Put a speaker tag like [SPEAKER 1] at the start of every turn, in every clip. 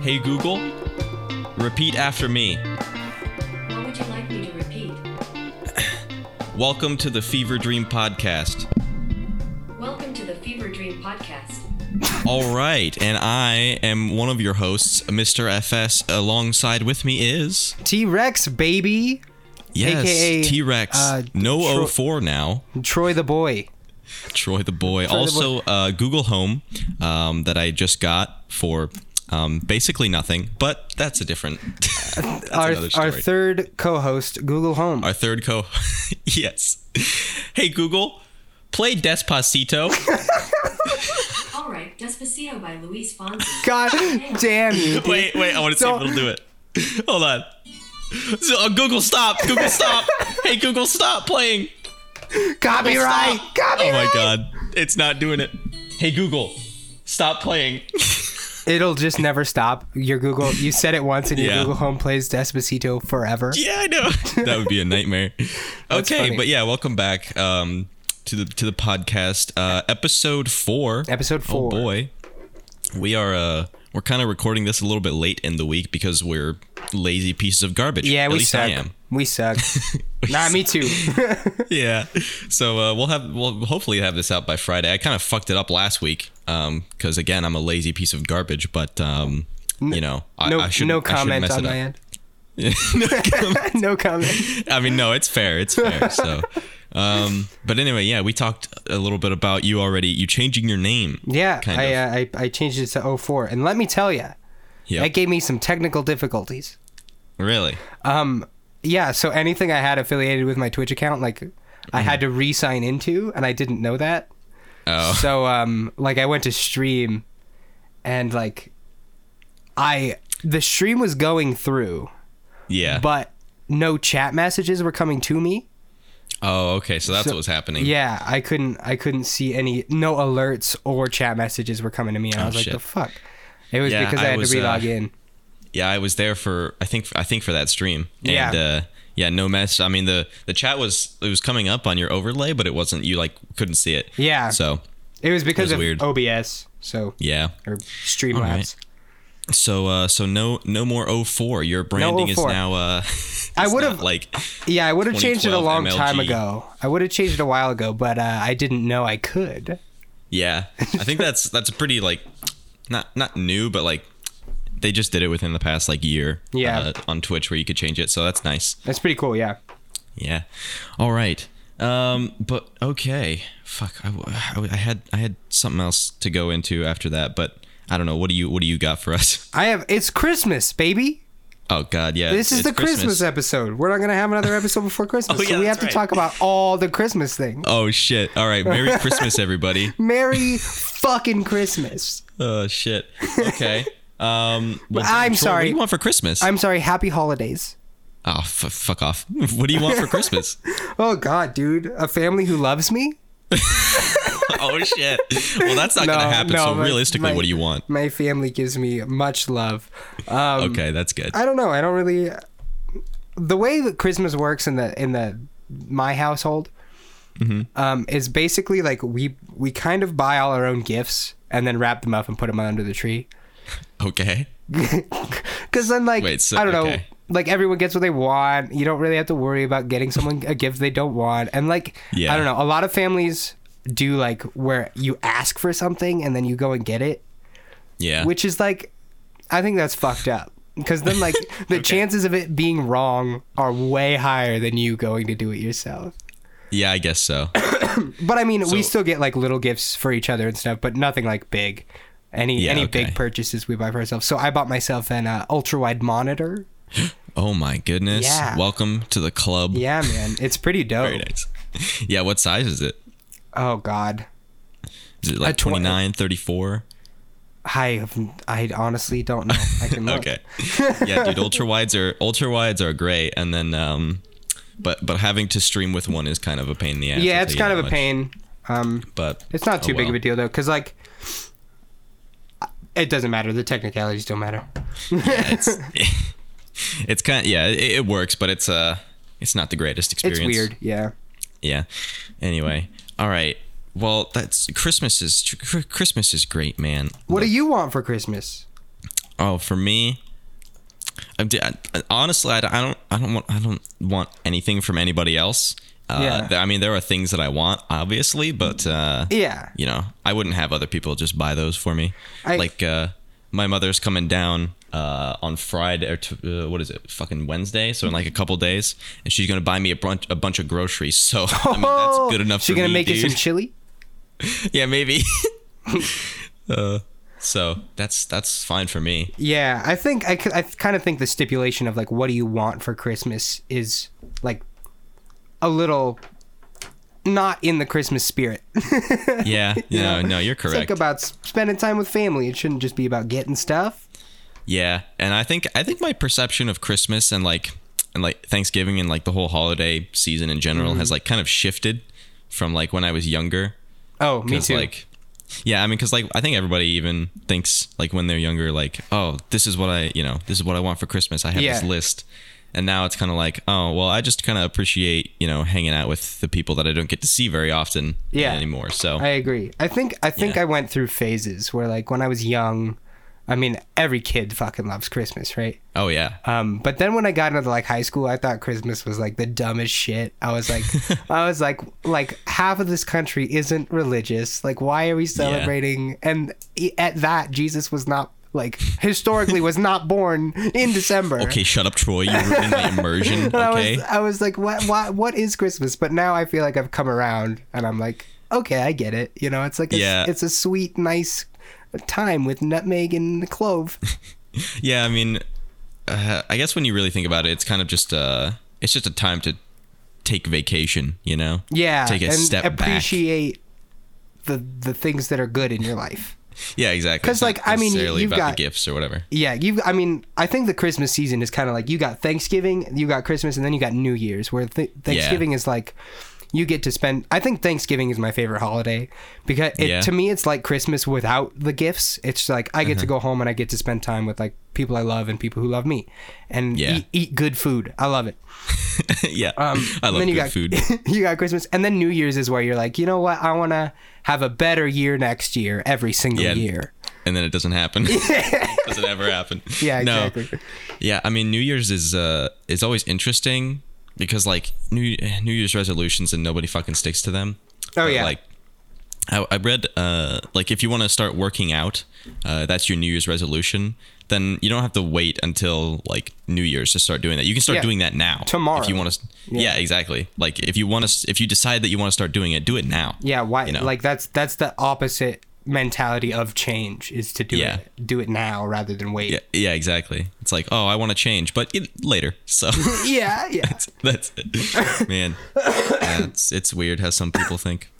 [SPEAKER 1] Hey Google, repeat after me.
[SPEAKER 2] What would you like me to repeat?
[SPEAKER 1] Welcome to the Fever Dream Podcast.
[SPEAKER 2] Welcome to the Fever Dream Podcast.
[SPEAKER 1] All right, and I am one of your hosts, Mr. FS. Alongside with me is
[SPEAKER 3] T Rex, baby. AKA,
[SPEAKER 1] yes, T Rex.
[SPEAKER 3] uh,
[SPEAKER 1] no
[SPEAKER 3] Tro-
[SPEAKER 1] 04 now.
[SPEAKER 3] Troy the boy.
[SPEAKER 1] Troy the boy.
[SPEAKER 3] the
[SPEAKER 1] also, Uh, Google Home um, that I just got for um, basically nothing, but that's a different. that's
[SPEAKER 3] Our,
[SPEAKER 1] another
[SPEAKER 3] our
[SPEAKER 1] story.
[SPEAKER 3] third co host, Google Home.
[SPEAKER 1] Our third co. yes. Hey Google, play Despacito.
[SPEAKER 2] All right, Despacito by Luis Fonsi.
[SPEAKER 3] God damn you. dude.
[SPEAKER 1] wait, wait. I want to see if
[SPEAKER 3] Don't-
[SPEAKER 1] it'll do it. Hold on. So, uh, Google, stop. Google, stop. hey Google, stop playing.
[SPEAKER 3] Copyright.
[SPEAKER 1] Stop. Oh
[SPEAKER 3] Copyright.
[SPEAKER 1] my God, it's not doing it. Hey Google, stop playing.
[SPEAKER 3] It'll just never stop. Your Google, you said it once and your
[SPEAKER 1] Yeah.
[SPEAKER 3] Google Home plays Despacito forever.
[SPEAKER 1] Yeah, I know. that would be a nightmare. okay,
[SPEAKER 3] funny.
[SPEAKER 1] but yeah, welcome back um, to the to the podcast, uh, episode four.
[SPEAKER 3] Episode
[SPEAKER 1] Oh
[SPEAKER 3] four.
[SPEAKER 1] boy, we are uh, we're kind of recording this a little bit late in the week because we're lazy pieces of garbage.
[SPEAKER 3] Yeah,
[SPEAKER 1] At
[SPEAKER 3] we
[SPEAKER 1] least
[SPEAKER 3] suck.
[SPEAKER 1] I am.
[SPEAKER 3] We suck. nah, me too.
[SPEAKER 1] Yeah. So uh, we'll have we'll hopefully have this out by Friday. I kind of fucked it up last week because again I'm a lazy piece of garbage, but um, you know I,
[SPEAKER 3] No,
[SPEAKER 1] I shouldn't
[SPEAKER 3] no
[SPEAKER 1] I shouldn't
[SPEAKER 3] comment
[SPEAKER 1] mess
[SPEAKER 3] on
[SPEAKER 1] it up.
[SPEAKER 3] my end.
[SPEAKER 1] No comment.
[SPEAKER 3] no comment.
[SPEAKER 1] I mean, no, it's fair. It's fair. So, um, but anyway, yeah, we talked a little bit about you already. You changing your name.
[SPEAKER 3] Yeah,
[SPEAKER 1] Kind
[SPEAKER 3] I,
[SPEAKER 1] of.
[SPEAKER 3] uh, I, I changed it to 04. And let me tell you,
[SPEAKER 1] Yeah.
[SPEAKER 3] that gave me some technical difficulties.
[SPEAKER 1] really.
[SPEAKER 3] Um, yeah. So anything I had affiliated with my Twitch account, like I
[SPEAKER 1] Mm-hmm.
[SPEAKER 3] had to re-sign into, and I didn't know that.
[SPEAKER 1] Oh.
[SPEAKER 3] So um, like I went to stream, and like I the stream was going through,
[SPEAKER 1] Yeah.
[SPEAKER 3] but no chat messages were coming to me.
[SPEAKER 1] oh, okay. So that's
[SPEAKER 3] So-
[SPEAKER 1] what was happening.
[SPEAKER 3] Yeah, I couldn't I couldn't see any no alerts or chat messages were coming to me, and I
[SPEAKER 1] Oh,
[SPEAKER 3] was like,
[SPEAKER 1] shit.
[SPEAKER 3] the fuck. It was
[SPEAKER 1] Yeah,
[SPEAKER 3] because I,
[SPEAKER 1] I
[SPEAKER 3] had
[SPEAKER 1] was,
[SPEAKER 3] to relog
[SPEAKER 1] uh,
[SPEAKER 3] in.
[SPEAKER 1] Yeah, I was there for I think I think for that stream.
[SPEAKER 3] Yeah.
[SPEAKER 1] And uh yeah, no mess. I mean the the chat was it was coming up on your overlay, but it wasn't you like couldn't see it.
[SPEAKER 3] Yeah.
[SPEAKER 1] So,
[SPEAKER 3] It was because
[SPEAKER 1] was
[SPEAKER 3] of
[SPEAKER 1] weird.
[SPEAKER 3] OBS, so
[SPEAKER 1] yeah.
[SPEAKER 3] or Streamlabs.
[SPEAKER 1] right. So uh so no no more 04. Your branding is
[SPEAKER 3] 04.
[SPEAKER 1] now uh
[SPEAKER 3] I
[SPEAKER 1] it's
[SPEAKER 3] would
[SPEAKER 1] not
[SPEAKER 3] have-
[SPEAKER 1] like
[SPEAKER 3] Yeah, I would have changed it a
[SPEAKER 1] 2012
[SPEAKER 3] long time
[SPEAKER 1] MLG.
[SPEAKER 3] ago. I would have changed it a while ago, but uh, I didn't know I could.
[SPEAKER 1] yeah. I think that's that's pretty like not not new, but like they just did it within the past like year
[SPEAKER 3] Yeah.
[SPEAKER 1] uh, on Twitch where you could change it. So that's nice.
[SPEAKER 3] That's pretty cool, yeah.
[SPEAKER 1] Yeah. All right. Um, but okay. Fuck. I, I- I had I had something else to go into after that, but I don't know. What do you What do you got for us?
[SPEAKER 3] I have. It's Christmas, baby.
[SPEAKER 1] Oh God, yeah.
[SPEAKER 3] This is
[SPEAKER 1] it's
[SPEAKER 3] the Christmas. episode. We're not gonna have another episode before Christmas,
[SPEAKER 1] Oh, yeah,
[SPEAKER 3] so we have
[SPEAKER 1] that's
[SPEAKER 3] to
[SPEAKER 1] right.
[SPEAKER 3] talk about all the Christmas things.
[SPEAKER 1] Oh shit. All right. Merry Christmas, everybody.
[SPEAKER 3] Merry fucking Christmas.
[SPEAKER 1] Oh shit. Okay. Um, well,
[SPEAKER 3] I'm
[SPEAKER 1] Troy, What
[SPEAKER 3] sorry.
[SPEAKER 1] do you want for Christmas?
[SPEAKER 3] I'm sorry. Happy holidays.
[SPEAKER 1] oh, f- fuck off. What do you want for Christmas?
[SPEAKER 3] Oh God, dude, a family who loves me.
[SPEAKER 1] oh shit. Well, that's not
[SPEAKER 3] No,
[SPEAKER 1] gonna happen.
[SPEAKER 3] no,
[SPEAKER 1] so
[SPEAKER 3] my-
[SPEAKER 1] realistically,
[SPEAKER 3] my-
[SPEAKER 1] what do you want?
[SPEAKER 3] My family gives me much love. Um,
[SPEAKER 1] Okay, that's good.
[SPEAKER 3] I don't know. I don't really. The way that Christmas works in the in the my household
[SPEAKER 1] Mm-hmm.
[SPEAKER 3] um, is basically like we we kind of buy all our own gifts and then wrap them up and put them under the tree.
[SPEAKER 1] Okay.
[SPEAKER 3] Because then, like,
[SPEAKER 1] Wait, so-
[SPEAKER 3] I don't know.
[SPEAKER 1] okay.
[SPEAKER 3] Like everyone gets what they want. You don't really have to worry about getting someone a gift they don't want. And like,
[SPEAKER 1] Yeah.
[SPEAKER 3] I don't know. A lot of families do like where you ask for something and then you go and get it
[SPEAKER 1] Yeah.
[SPEAKER 3] which is like i think that's fucked up because then like the chances of it being wrong are way higher than you going to do it yourself
[SPEAKER 1] yeah, I guess so.
[SPEAKER 3] but i mean
[SPEAKER 1] So-
[SPEAKER 3] we still get like little gifts for each other and stuff but nothing like big any
[SPEAKER 1] Yeah,
[SPEAKER 3] any
[SPEAKER 1] okay.
[SPEAKER 3] big purchases we buy for ourselves so i bought myself an uh, ultra wide monitor
[SPEAKER 1] Oh my goodness.
[SPEAKER 3] Yeah.
[SPEAKER 1] Welcome to the club.
[SPEAKER 3] yeah man Oh. it's pretty dope
[SPEAKER 1] Very nice. Yeah, what size is it?
[SPEAKER 3] oh god
[SPEAKER 1] Is it like
[SPEAKER 3] twen-
[SPEAKER 1] 29, 34?
[SPEAKER 3] I, I honestly don't know. I can look.
[SPEAKER 1] Okay. yeah, dude, ultra wides are ultra wides are great and then um but but having to stream with one is kind of a pain in the ass.
[SPEAKER 3] Yeah,
[SPEAKER 1] I'll
[SPEAKER 3] it's
[SPEAKER 1] tell you
[SPEAKER 3] kind
[SPEAKER 1] that
[SPEAKER 3] of a
[SPEAKER 1] much.
[SPEAKER 3] pain. Um,
[SPEAKER 1] But
[SPEAKER 3] It's not
[SPEAKER 1] oh
[SPEAKER 3] too big of
[SPEAKER 1] well.
[SPEAKER 3] a deal though, because like, it doesn't matter. The technicalities don't matter.
[SPEAKER 1] it's kind yeah, it, it works, but it's uh It's not the greatest experience.
[SPEAKER 3] It's weird. Yeah.
[SPEAKER 1] Yeah. Anyway, all right. Well, that's Christmas is tr- Christmas is great, man.
[SPEAKER 3] What do you want for Christmas?
[SPEAKER 1] Oh, for me, I, d- I- honestly, I d- I don't, I don't want, I don't want anything from anybody else. Uh,
[SPEAKER 3] Yeah.
[SPEAKER 1] th- I mean, there are things that I want, obviously, but uh,
[SPEAKER 3] Yeah.
[SPEAKER 1] you know, I wouldn't have other people just buy those for me.
[SPEAKER 3] I-
[SPEAKER 1] like, uh, my mother's coming down uh, on Friday, or t- uh, what is it, fucking Wednesday? So in like a couple days, and she's gonna buy me a bunch, a bunch of groceries. So I mean, that's good enough.
[SPEAKER 3] Oh! She
[SPEAKER 1] for
[SPEAKER 3] gonna
[SPEAKER 1] me,
[SPEAKER 3] make
[SPEAKER 1] dude.
[SPEAKER 3] you some chili?
[SPEAKER 1] yeah, maybe. uh, so that's that's fine for me.
[SPEAKER 3] Yeah, I think I, kind of think the stipulation of like what do you want for Christmas is like a little not in the Christmas spirit.
[SPEAKER 1] Yeah, no, no, you're
[SPEAKER 3] Think
[SPEAKER 1] correct.
[SPEAKER 3] about s- spending time with family. It shouldn't just be about getting stuff.
[SPEAKER 1] yeah, and I think I think my perception of Christmas and like and like Thanksgiving and like the whole holiday season in general
[SPEAKER 3] Mm.
[SPEAKER 1] has like kind of shifted from like when I was younger.
[SPEAKER 3] Oh, me
[SPEAKER 1] 'Cause,
[SPEAKER 3] too.
[SPEAKER 1] Like, yeah, I mean, because like I think everybody even thinks like when they're younger, like, oh, this is what I, you know, this is what I want for Christmas. I have this
[SPEAKER 3] Yeah.
[SPEAKER 1] list, and now it's kind of like, oh, well, I just kind of appreciate, you know, hanging out with the people that I don't get to see very often
[SPEAKER 3] Yeah.
[SPEAKER 1] anymore. So
[SPEAKER 3] I agree. I think I think
[SPEAKER 1] Yeah.
[SPEAKER 3] I went through phases where like when I was young, I mean every kid fucking loves Christmas, right?
[SPEAKER 1] oh yeah,
[SPEAKER 3] Um, but then when I got into like high school, I thought Christmas was like the dumbest shit. I was like, I was like, like half of this country isn't religious. Like, why are we celebrating? And i- at that, Jesus was not like historically was not born in December.
[SPEAKER 1] okay, shut up, Troy. You're ruining my immersion.
[SPEAKER 3] And I
[SPEAKER 1] Okay,
[SPEAKER 3] was, I was like, what, what, what is Christmas? But now I feel like I've come around, and I'm like, okay, I get it. You know, it's like, a,
[SPEAKER 1] Yeah.
[SPEAKER 3] it's a sweet, nice time with nutmeg and clove.
[SPEAKER 1] yeah, I mean, uh, I guess when you really think about it, it's kind of just uh, it's just a time to take vacation. You know?
[SPEAKER 3] Yeah,
[SPEAKER 1] Take a
[SPEAKER 3] and
[SPEAKER 1] step back.
[SPEAKER 3] appreciate the the things that are good in your life.
[SPEAKER 1] Yeah, exactly.
[SPEAKER 3] 'Cause,
[SPEAKER 1] It's not
[SPEAKER 3] like, I mean, you-
[SPEAKER 1] necessarily
[SPEAKER 3] you've
[SPEAKER 1] about
[SPEAKER 3] got-
[SPEAKER 1] the gifts or whatever.
[SPEAKER 3] Yeah, you. I mean, I think the Christmas season is kind of like you got Thanksgiving, you got Christmas, and then you got New Year's. Where th- Thanksgiving is like you get to spend. I think Thanksgiving is my favorite holiday because it,
[SPEAKER 1] Yeah.
[SPEAKER 3] to me it's like Christmas without the gifts. It's like I get
[SPEAKER 1] Uh-huh.
[SPEAKER 3] to go home and I get to spend time with like people I love and people who love me, and
[SPEAKER 1] Yeah.
[SPEAKER 3] eat, eat good food. I love it.
[SPEAKER 1] yeah,
[SPEAKER 3] Um,
[SPEAKER 1] I
[SPEAKER 3] and
[SPEAKER 1] love
[SPEAKER 3] then you
[SPEAKER 1] good
[SPEAKER 3] got,
[SPEAKER 1] food.
[SPEAKER 3] you got Christmas, and then New Year's is where you're like, you know what? I want to have a better year next year, every single
[SPEAKER 1] Yeah.
[SPEAKER 3] year.
[SPEAKER 1] and then it doesn't happen. doesn't ever happen.
[SPEAKER 3] Yeah,
[SPEAKER 1] No.
[SPEAKER 3] exactly.
[SPEAKER 1] Yeah, I mean New Year's is uh is always interesting because like New New Year's resolutions and nobody fucking sticks to them.
[SPEAKER 3] Oh, yeah.
[SPEAKER 1] Like I, I read uh like if you want to start working out, uh that's your New Year's resolution. Then you don't have to wait until like New Year's to start doing that. You can start
[SPEAKER 3] Yeah.
[SPEAKER 1] doing that now.
[SPEAKER 3] Tomorrow.
[SPEAKER 1] If you want to yeah. exactly. Like if you want to if you decide that you want to start doing it, do it now.
[SPEAKER 3] Yeah, why?
[SPEAKER 1] You know?
[SPEAKER 3] Like that's that's the opposite mentality of change is to do
[SPEAKER 1] Yeah.
[SPEAKER 3] it do it now rather than wait.
[SPEAKER 1] Yeah, yeah, exactly. It's like, "Oh, I want to change, but it, later." So
[SPEAKER 3] yeah. yeah.
[SPEAKER 1] That's it. Man, yeah, it's, it's weird how some people think.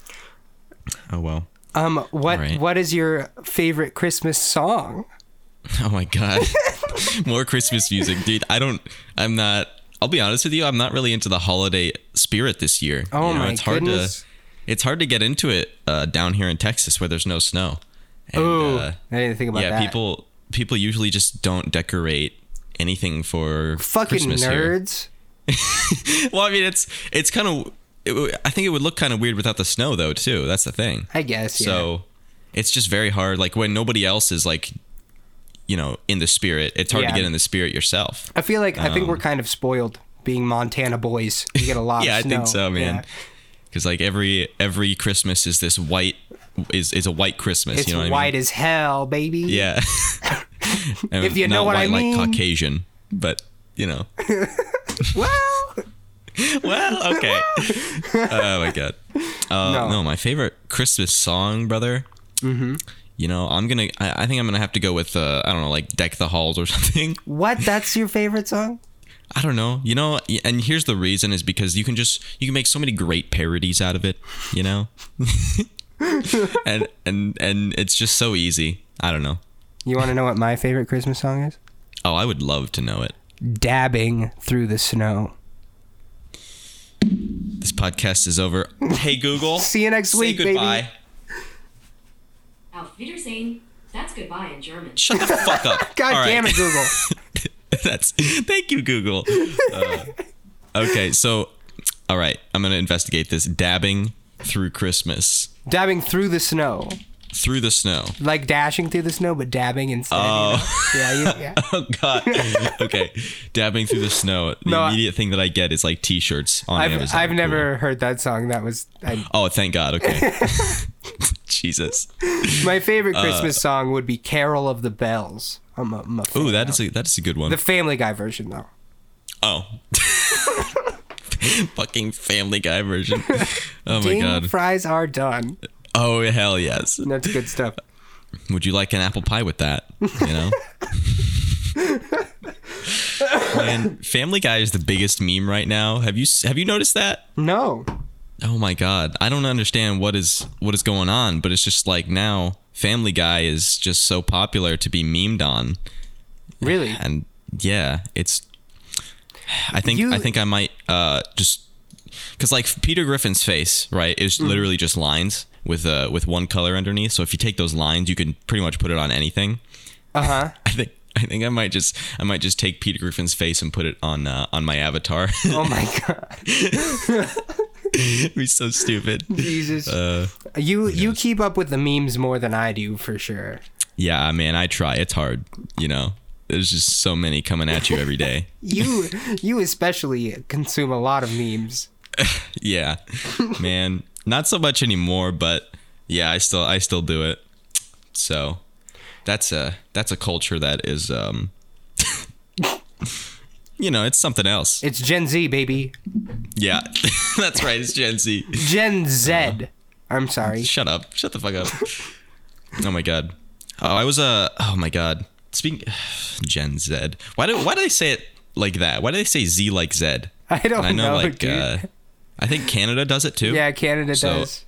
[SPEAKER 1] Oh, well.
[SPEAKER 3] Um, what
[SPEAKER 1] Alright.
[SPEAKER 3] what is your favorite Christmas song?
[SPEAKER 1] Oh, my God. More Christmas music, dude. I don't, I'm not, I'll be honest with you, I'm not really into the holiday spirit this year.
[SPEAKER 3] Oh,
[SPEAKER 1] you
[SPEAKER 3] my
[SPEAKER 1] it's hard
[SPEAKER 3] goodness.
[SPEAKER 1] To, it's hard to get into it uh, down here in Texas where there's no snow. And,
[SPEAKER 3] Ooh,
[SPEAKER 1] uh,
[SPEAKER 3] I didn't think about
[SPEAKER 1] yeah,
[SPEAKER 3] that.
[SPEAKER 1] people people usually just don't decorate anything for
[SPEAKER 3] fucking
[SPEAKER 1] Christmas here.
[SPEAKER 3] nerds.
[SPEAKER 1] Well, I mean, it's it's kind of. It, w- I think it would look kind of weird without the snow, though. Too. That's the thing.
[SPEAKER 3] I guess. Yeah.
[SPEAKER 1] So it's just very hard. Like when nobody else is like, you know, in the spirit, it's hard
[SPEAKER 3] Yeah.
[SPEAKER 1] to get in the spirit yourself.
[SPEAKER 3] I feel like I think we're kind of spoiled being Montana boys. We get a lot.
[SPEAKER 1] um, Yeah, I
[SPEAKER 3] of snow.
[SPEAKER 1] think so, man. Because like every every Christmas is this white is is a white Christmas.
[SPEAKER 3] It's
[SPEAKER 1] you know what
[SPEAKER 3] white
[SPEAKER 1] I mean?
[SPEAKER 3] as hell, baby.
[SPEAKER 1] Yeah. I mean,
[SPEAKER 3] If you know
[SPEAKER 1] not
[SPEAKER 3] what I
[SPEAKER 1] white,
[SPEAKER 3] mean.
[SPEAKER 1] like Caucasian, but you know.
[SPEAKER 3] Well,
[SPEAKER 1] well, okay. oh my god. Uh,
[SPEAKER 3] No.
[SPEAKER 1] no. my favorite Christmas song, brother. Mm-hmm. You know, I'm gonna. I, I think I'm gonna have to go with. Uh, I don't know, like "Deck the Halls" or something.
[SPEAKER 3] what? That's your favorite song?
[SPEAKER 1] I don't know. You know, y- and here's the reason is because you can just you can make so many great parodies out of it. You know, and and and it's just so easy. I don't know.
[SPEAKER 3] You want to know what my favorite Christmas song is?
[SPEAKER 1] Oh, I would love to know it.
[SPEAKER 3] Dabbing through the snow.
[SPEAKER 1] This podcast is over. Hey Google.
[SPEAKER 3] See you next
[SPEAKER 1] say
[SPEAKER 3] week, baby.
[SPEAKER 1] goodbye.
[SPEAKER 2] Auf Wiedersehen. That's goodbye in German.
[SPEAKER 1] Shut the fuck up.
[SPEAKER 3] God
[SPEAKER 1] All right.
[SPEAKER 3] damn it, Google.
[SPEAKER 1] That's thank you, Google. Uh, Okay, so all right, I'm gonna investigate this dabbing through Christmas
[SPEAKER 3] dabbing through the snow,
[SPEAKER 1] through the snow.
[SPEAKER 3] like dashing through the snow, but dabbing instead. Oh, yeah, you, yeah.
[SPEAKER 1] Oh God. okay, dabbing through the snow. The
[SPEAKER 3] No, I-
[SPEAKER 1] immediate thing that I get is like T-shirts on
[SPEAKER 3] I've,
[SPEAKER 1] Amazon.
[SPEAKER 3] I've
[SPEAKER 1] Cool.
[SPEAKER 3] never heard that song. That was I,
[SPEAKER 1] Oh, thank God. Okay. Jesus.
[SPEAKER 3] my favorite
[SPEAKER 1] Uh,
[SPEAKER 3] Christmas song. Would be "Carol of the Bells." I'm a, I'm a fan
[SPEAKER 1] Ooh, that
[SPEAKER 3] now.
[SPEAKER 1] is a that is a good one.
[SPEAKER 3] the Family Guy version, though.
[SPEAKER 1] oh. Fucking Family Guy version. Oh my
[SPEAKER 3] Ding,
[SPEAKER 1] God.
[SPEAKER 3] fries are done.
[SPEAKER 1] Oh hell yes.
[SPEAKER 3] That's good stuff.
[SPEAKER 1] Would you like an apple pie with that? You know. Man, Family Guy is the biggest meme right now. Have you have you noticed that?
[SPEAKER 3] No,
[SPEAKER 1] Oh my god, I don't understand what is what is going on, but it's just like now Family Guy is just so popular to be memed on,
[SPEAKER 3] really.
[SPEAKER 1] and yeah, it's. I think
[SPEAKER 3] You-
[SPEAKER 1] I think I might uh just because like Peter Griffin's face right is
[SPEAKER 3] Mm.
[SPEAKER 1] literally just lines with uh with one color underneath. So if you take those lines, you can pretty much put it on anything.
[SPEAKER 3] Uh huh.
[SPEAKER 1] I think I think I might just I might just take Peter Griffin's face and put it on uh, on my avatar.
[SPEAKER 3] Oh my god,
[SPEAKER 1] It'd be so stupid.
[SPEAKER 3] Jesus!
[SPEAKER 1] Uh,
[SPEAKER 3] you you keep up with the memes more than I do for sure.
[SPEAKER 1] Yeah, man, I try. It's hard, you know. There's just so many coming at you every day.
[SPEAKER 3] You you especially consume a lot of memes.
[SPEAKER 1] yeah. Man, not so much anymore, but yeah, I still I still do it. So, that's a that's a culture that is um you know, it's something else.
[SPEAKER 3] It's Gen Z, baby.
[SPEAKER 1] Yeah. that's right. It's Gen Z.
[SPEAKER 3] Gen Z. am sorry.
[SPEAKER 1] Shut up. Shut the fuck up. Oh my god. Oh, I was uh oh my god. Speaking Gen Z. Why do why do they say it like that? Why do they say Z like Zed?
[SPEAKER 3] I don't
[SPEAKER 1] I know,
[SPEAKER 3] know,
[SPEAKER 1] like,
[SPEAKER 3] Oh, dude.
[SPEAKER 1] uh, I think Canada does it too.
[SPEAKER 3] yeah, Canada
[SPEAKER 1] so-
[SPEAKER 3] does.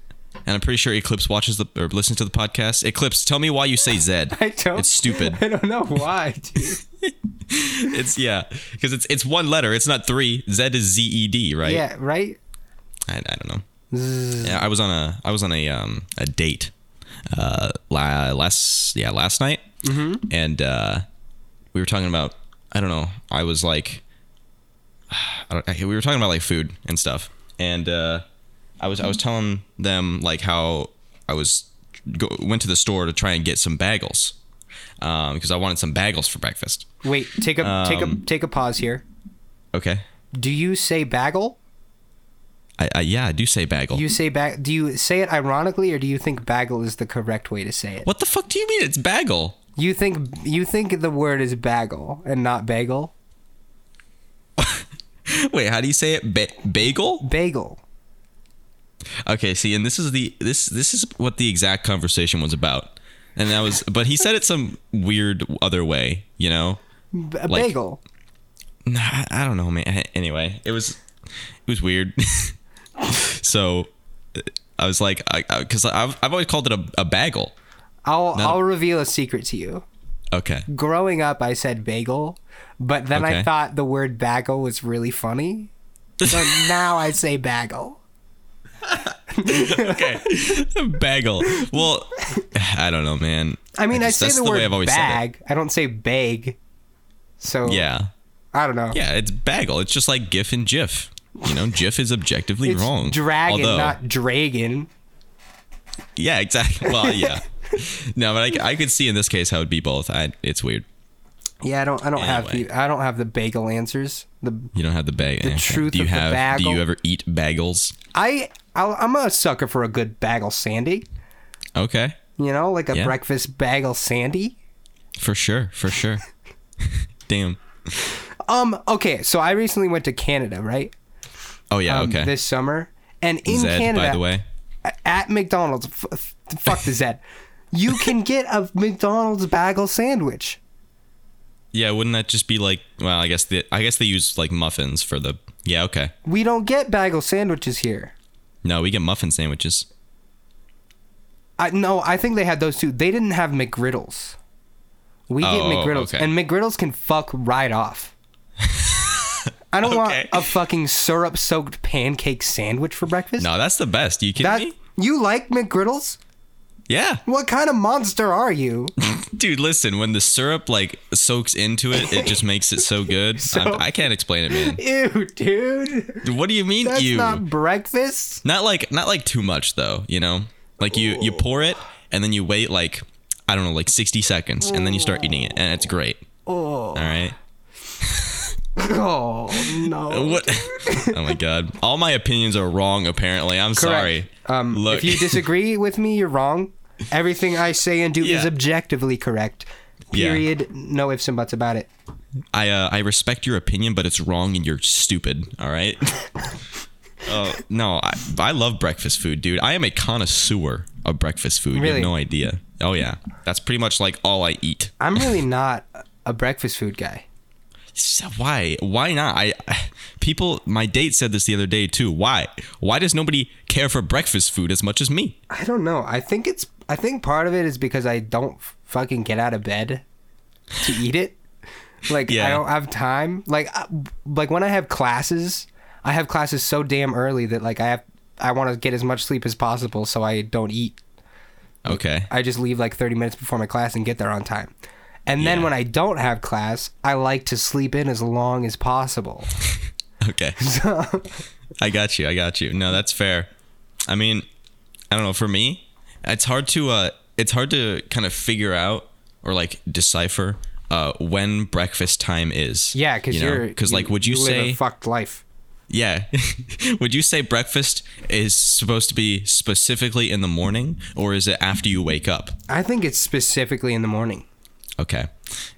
[SPEAKER 1] And I'm pretty sure Eclipse watches the or listens to the podcast. Eclipse, tell me why you say Zed.
[SPEAKER 3] I don't.
[SPEAKER 1] It's stupid.
[SPEAKER 3] I don't know why. Dude.
[SPEAKER 1] It's yeah, because it's it's one letter. It's not three. Zed is Z E D, right?
[SPEAKER 3] Yeah, right.
[SPEAKER 1] I, I don't know. Yeah, I was on a I was on a um a date, uh la- last yeah last night, mm-hmm. and uh, we were talking about I don't know. I was like, I don't, I, we were talking about like food and stuff, and uh, I was I was telling them like how I was go, went to the store to try and get some bagels, um because I wanted some bagels for breakfast.
[SPEAKER 3] Wait, take a take
[SPEAKER 1] Um,
[SPEAKER 3] a take a pause here.
[SPEAKER 1] Okay.
[SPEAKER 3] Do you say bagel?
[SPEAKER 1] I, I yeah I do say bagel.
[SPEAKER 3] You say bag. Do you say it ironically, or do you think bagel is the correct way to say it?
[SPEAKER 1] what the fuck do you mean it's bagel?
[SPEAKER 3] You think you think the word is bagel and not bagel?
[SPEAKER 1] Wait, how do you say it? Ba- bagel?
[SPEAKER 3] Bagel.
[SPEAKER 1] Okay, see, and this is the this this is what the exact conversation was about, and that was, but he said it some weird other way, you know.
[SPEAKER 3] B- a
[SPEAKER 1] Like-
[SPEAKER 3] bagel.
[SPEAKER 1] Nah, I I don't know, man. Anyway, it was it was weird. so I was like, because I, have I've always called it a, a bagel.
[SPEAKER 3] I'll
[SPEAKER 1] no.
[SPEAKER 3] I'll reveal a secret to you.
[SPEAKER 1] Okay.
[SPEAKER 3] Growing up, I said bagel, but then I
[SPEAKER 1] Okay.
[SPEAKER 3] thought the word bagel was really funny, so now I say bagel.
[SPEAKER 1] Okay. bagel. Well, I don't know, man.
[SPEAKER 3] I mean, I,
[SPEAKER 1] just-
[SPEAKER 3] say
[SPEAKER 1] that's
[SPEAKER 3] the, word
[SPEAKER 1] way I've always said it.
[SPEAKER 3] bag. I don't say bag. So
[SPEAKER 1] Yeah.
[SPEAKER 3] I don't know.
[SPEAKER 1] Yeah, it's bagel. It's just like GIF and GIF. You know, GIF is objectively
[SPEAKER 3] It's
[SPEAKER 1] wrong.
[SPEAKER 3] dragon,
[SPEAKER 1] Although-
[SPEAKER 3] not dragon.
[SPEAKER 1] Yeah, exactly. Well, yeah. no, but I, I could see in this case how it'd be both. I, it's weird.
[SPEAKER 3] Yeah, I don't. I don't have
[SPEAKER 1] Anyway.
[SPEAKER 3] the. I don't have the bagel answers. The
[SPEAKER 1] You don't have the bag. The
[SPEAKER 3] truth
[SPEAKER 1] do you
[SPEAKER 3] of the
[SPEAKER 1] have? Do
[SPEAKER 3] bagel.
[SPEAKER 1] you ever eat bagels?
[SPEAKER 3] I. I'll, I'm a sucker for a good bagel sandy.
[SPEAKER 1] Okay,
[SPEAKER 3] You know, like a
[SPEAKER 1] Yeah.
[SPEAKER 3] breakfast bagel sandy.
[SPEAKER 1] for sure, for sure. Damn.
[SPEAKER 3] Um. Okay. So I recently went to Canada, right?
[SPEAKER 1] Oh yeah.
[SPEAKER 3] Um,
[SPEAKER 1] okay.
[SPEAKER 3] This summer, and in
[SPEAKER 1] Zed,
[SPEAKER 3] Canada,
[SPEAKER 1] by the way.
[SPEAKER 3] at McDonald's, f- f- fuck the Zed. You can get a McDonald's bagel sandwich.
[SPEAKER 1] Yeah, wouldn't that just be like? Well, I guess the I guess they use like muffins for the. Yeah. Okay.
[SPEAKER 3] We don't get bagel sandwiches here.
[SPEAKER 1] No, we get muffin sandwiches.
[SPEAKER 3] I no, I think they had those two. They didn't have McGriddles. We get
[SPEAKER 1] Oh,
[SPEAKER 3] McGriddles,
[SPEAKER 1] okay.
[SPEAKER 3] and McGriddles can fuck right off. I don't
[SPEAKER 1] Okay.
[SPEAKER 3] want a fucking syrup-soaked pancake sandwich for breakfast.
[SPEAKER 1] No, that's the best. you kidding
[SPEAKER 3] that
[SPEAKER 1] me?
[SPEAKER 3] you like McGriddles?
[SPEAKER 1] Yeah.
[SPEAKER 3] What kind of monster are you?
[SPEAKER 1] Dude, listen, when the syrup like soaks into it, it just makes it so good.
[SPEAKER 3] So-
[SPEAKER 1] I'm- I can't explain it, man.
[SPEAKER 3] Ew, dude.
[SPEAKER 1] What do you mean
[SPEAKER 3] That's
[SPEAKER 1] you?
[SPEAKER 3] not
[SPEAKER 1] Not-,
[SPEAKER 3] breakfast.
[SPEAKER 1] like not like too much though, you know? Like you you pour it and then you wait like I don't know, like 60 seconds and then you start eating it and it's great. All
[SPEAKER 3] Oh,
[SPEAKER 1] right.
[SPEAKER 3] oh no.
[SPEAKER 1] What? oh my god. All my opinions are wrong apparently. I'm sorry.
[SPEAKER 3] Um,
[SPEAKER 1] Look.
[SPEAKER 3] If you disagree with me, you're wrong. Everything I say and do is
[SPEAKER 1] Yeah.
[SPEAKER 3] objectively correct.
[SPEAKER 1] Yeah.
[SPEAKER 3] Period. No ifs and buts about it.
[SPEAKER 1] I uh, I respect your opinion, but it's wrong and you're stupid. All right. Oh no, I, I love breakfast food, dude. I am a connoisseur of breakfast food. You
[SPEAKER 3] Really?
[SPEAKER 1] have no idea. Oh yeah, that's pretty much like all I eat.
[SPEAKER 3] I'm really not a breakfast food guy.
[SPEAKER 1] So why? Why not? I people. My date said this the other day too. Why? Why does nobody care for breakfast food as much as me?
[SPEAKER 3] I don't know. I think it's. I think part of it is because I don't f- fucking get out of bed to eat it. Like I
[SPEAKER 1] Yeah.
[SPEAKER 3] don't have time. Like I, like when I have classes, I have classes so damn early that like I have I want to get as much sleep as possible, so I don't eat.
[SPEAKER 1] Okay.
[SPEAKER 3] I just leave like 30 minutes before my class and get there on time. And then
[SPEAKER 1] Yeah.
[SPEAKER 3] when I don't have class, I like to sleep in as long as possible.
[SPEAKER 1] Okay. I got you. I got you. No, that's fair. I mean, I don't know. For me, it's hard to uh, it's hard to kind of figure out or like decipher uh when breakfast time is.
[SPEAKER 3] Yeah, because
[SPEAKER 1] know?
[SPEAKER 3] you, are
[SPEAKER 1] Cause, like, would you,
[SPEAKER 3] live
[SPEAKER 1] say
[SPEAKER 3] a fucked life?
[SPEAKER 1] yeah? would you say breakfast is supposed to be specifically in the morning, or is it after you wake up?
[SPEAKER 3] I think it's specifically in the morning.
[SPEAKER 1] Okay.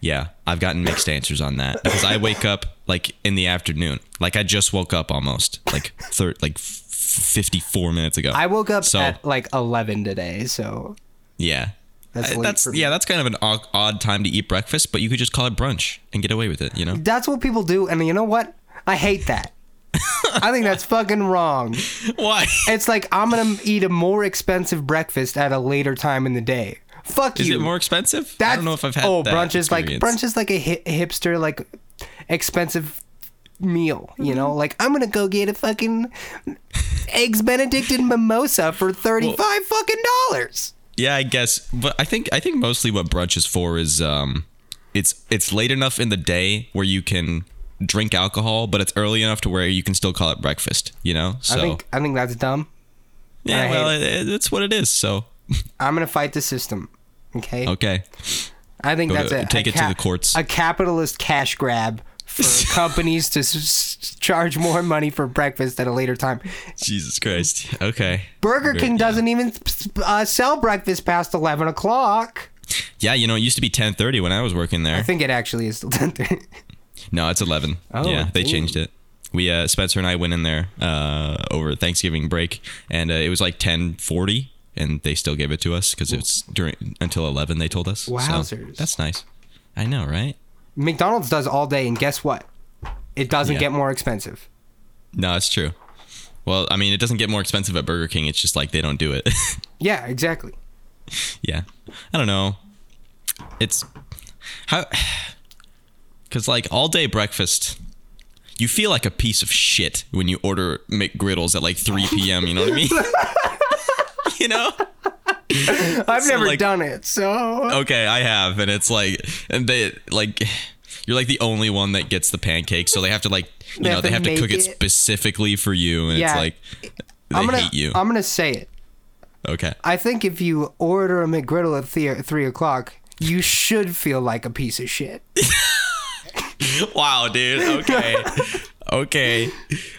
[SPEAKER 1] Yeah, I've gotten mixed answers on that because I wake up like in the afternoon. Like I just woke up almost like thir- like f- 54 minutes ago.
[SPEAKER 3] I woke up
[SPEAKER 1] So-
[SPEAKER 3] at like 11 today, so
[SPEAKER 1] Yeah.
[SPEAKER 3] That's
[SPEAKER 1] Uh,
[SPEAKER 3] late
[SPEAKER 1] that's
[SPEAKER 3] for me.
[SPEAKER 1] yeah, that's kind of an odd, odd time to eat breakfast, but you could just call it brunch and get away with it, you know?
[SPEAKER 3] that's what people do. And you know what? I hate that. I think that's fucking wrong.
[SPEAKER 1] Why?
[SPEAKER 3] It's like I'm gonna eat a more expensive breakfast at a later time in the day. Fuck
[SPEAKER 1] Is
[SPEAKER 3] you.
[SPEAKER 1] it more expensive?
[SPEAKER 3] That's,
[SPEAKER 1] I don't know if I've had
[SPEAKER 3] Oh,
[SPEAKER 1] that
[SPEAKER 3] brunch is like
[SPEAKER 1] experience.
[SPEAKER 3] brunch is like a hi- hipster like expensive meal.
[SPEAKER 1] Mm-hmm.
[SPEAKER 3] You know, like I'm gonna go get a fucking eggs Benedict and mimosa for thirty five fucking dollars.
[SPEAKER 1] Yeah, I guess, but I think I think mostly what brunch is for is um it's it's late enough in the day where you can drink alcohol, but it's early enough to where you can still call it breakfast, you know? So
[SPEAKER 3] I think I think that's dumb. I
[SPEAKER 1] yeah,
[SPEAKER 3] hate
[SPEAKER 1] well, it, it, it's what it is. So,
[SPEAKER 3] I'm gonna fight the system. Okay.
[SPEAKER 1] okay.
[SPEAKER 3] I think
[SPEAKER 1] Go
[SPEAKER 3] that's
[SPEAKER 1] to-
[SPEAKER 3] it.
[SPEAKER 1] take
[SPEAKER 3] A
[SPEAKER 1] it to the courts.
[SPEAKER 3] A capitalist cash grab for companies to s- s- charge more money for breakfast at a later time.
[SPEAKER 1] Jesus Christ. Okay.
[SPEAKER 3] Burger King
[SPEAKER 1] Yeah.
[SPEAKER 3] doesn't even uh, sell breakfast past eleven o'clock.
[SPEAKER 1] Yeah, you know, it used to be 10:30 when I was working there.
[SPEAKER 3] I think it actually is still ten thirty.
[SPEAKER 1] No, it's 11.
[SPEAKER 3] Oh,
[SPEAKER 1] yeah, they
[SPEAKER 3] damn.
[SPEAKER 1] changed it. We uh, Spencer and I went in there uh, over Thanksgiving break, and uh, it was like 10:40, and they still gave it to us because it's during until 11. They told us. So,
[SPEAKER 3] Wowzers.
[SPEAKER 1] that's nice. I know, right?
[SPEAKER 3] McDonald's does all day, and guess what? It doesn't
[SPEAKER 1] Yeah.
[SPEAKER 3] get more expensive.
[SPEAKER 1] No, it's true. Well, I mean, it doesn't get more expensive at Burger King. It's just like they don't do it.
[SPEAKER 3] Yeah, exactly.
[SPEAKER 1] yeah, I don't know. It's how because like all day breakfast. You feel like a piece of shit when you order McGriddles at like 3 p.m. You know what I mean? you know.
[SPEAKER 3] I've never
[SPEAKER 1] like-
[SPEAKER 3] done it, so
[SPEAKER 1] okay, I have, and it's like, and they like, you're like the only one that gets the pancake, so they have to like, you
[SPEAKER 3] They
[SPEAKER 1] know,
[SPEAKER 3] have
[SPEAKER 1] they
[SPEAKER 3] to
[SPEAKER 1] have to cook
[SPEAKER 3] make
[SPEAKER 1] it.
[SPEAKER 3] it.
[SPEAKER 1] specifically for you, and
[SPEAKER 3] Yeah.
[SPEAKER 1] it's like, they
[SPEAKER 3] I'm gonna
[SPEAKER 1] hate you.
[SPEAKER 3] I'm gonna say it.
[SPEAKER 1] okay,
[SPEAKER 3] I think if you order a McGriddle at the- three o'clock, you should feel like a piece of shit.
[SPEAKER 1] wow, dude. Okay, okay,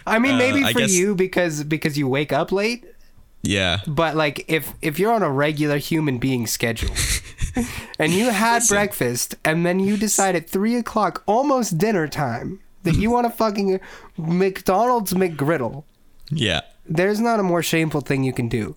[SPEAKER 3] I mean, maybe
[SPEAKER 1] Uh, I
[SPEAKER 3] for
[SPEAKER 1] guess-
[SPEAKER 3] you because because you wake up late,
[SPEAKER 1] yeah,
[SPEAKER 3] but like if if you're on a regular human being schedule. And you had breakfast, and then you decide at three o'clock, almost dinner time, that you want a fucking McDonald's McGriddle.
[SPEAKER 1] yeah.
[SPEAKER 3] There's not a more shameful thing you can do.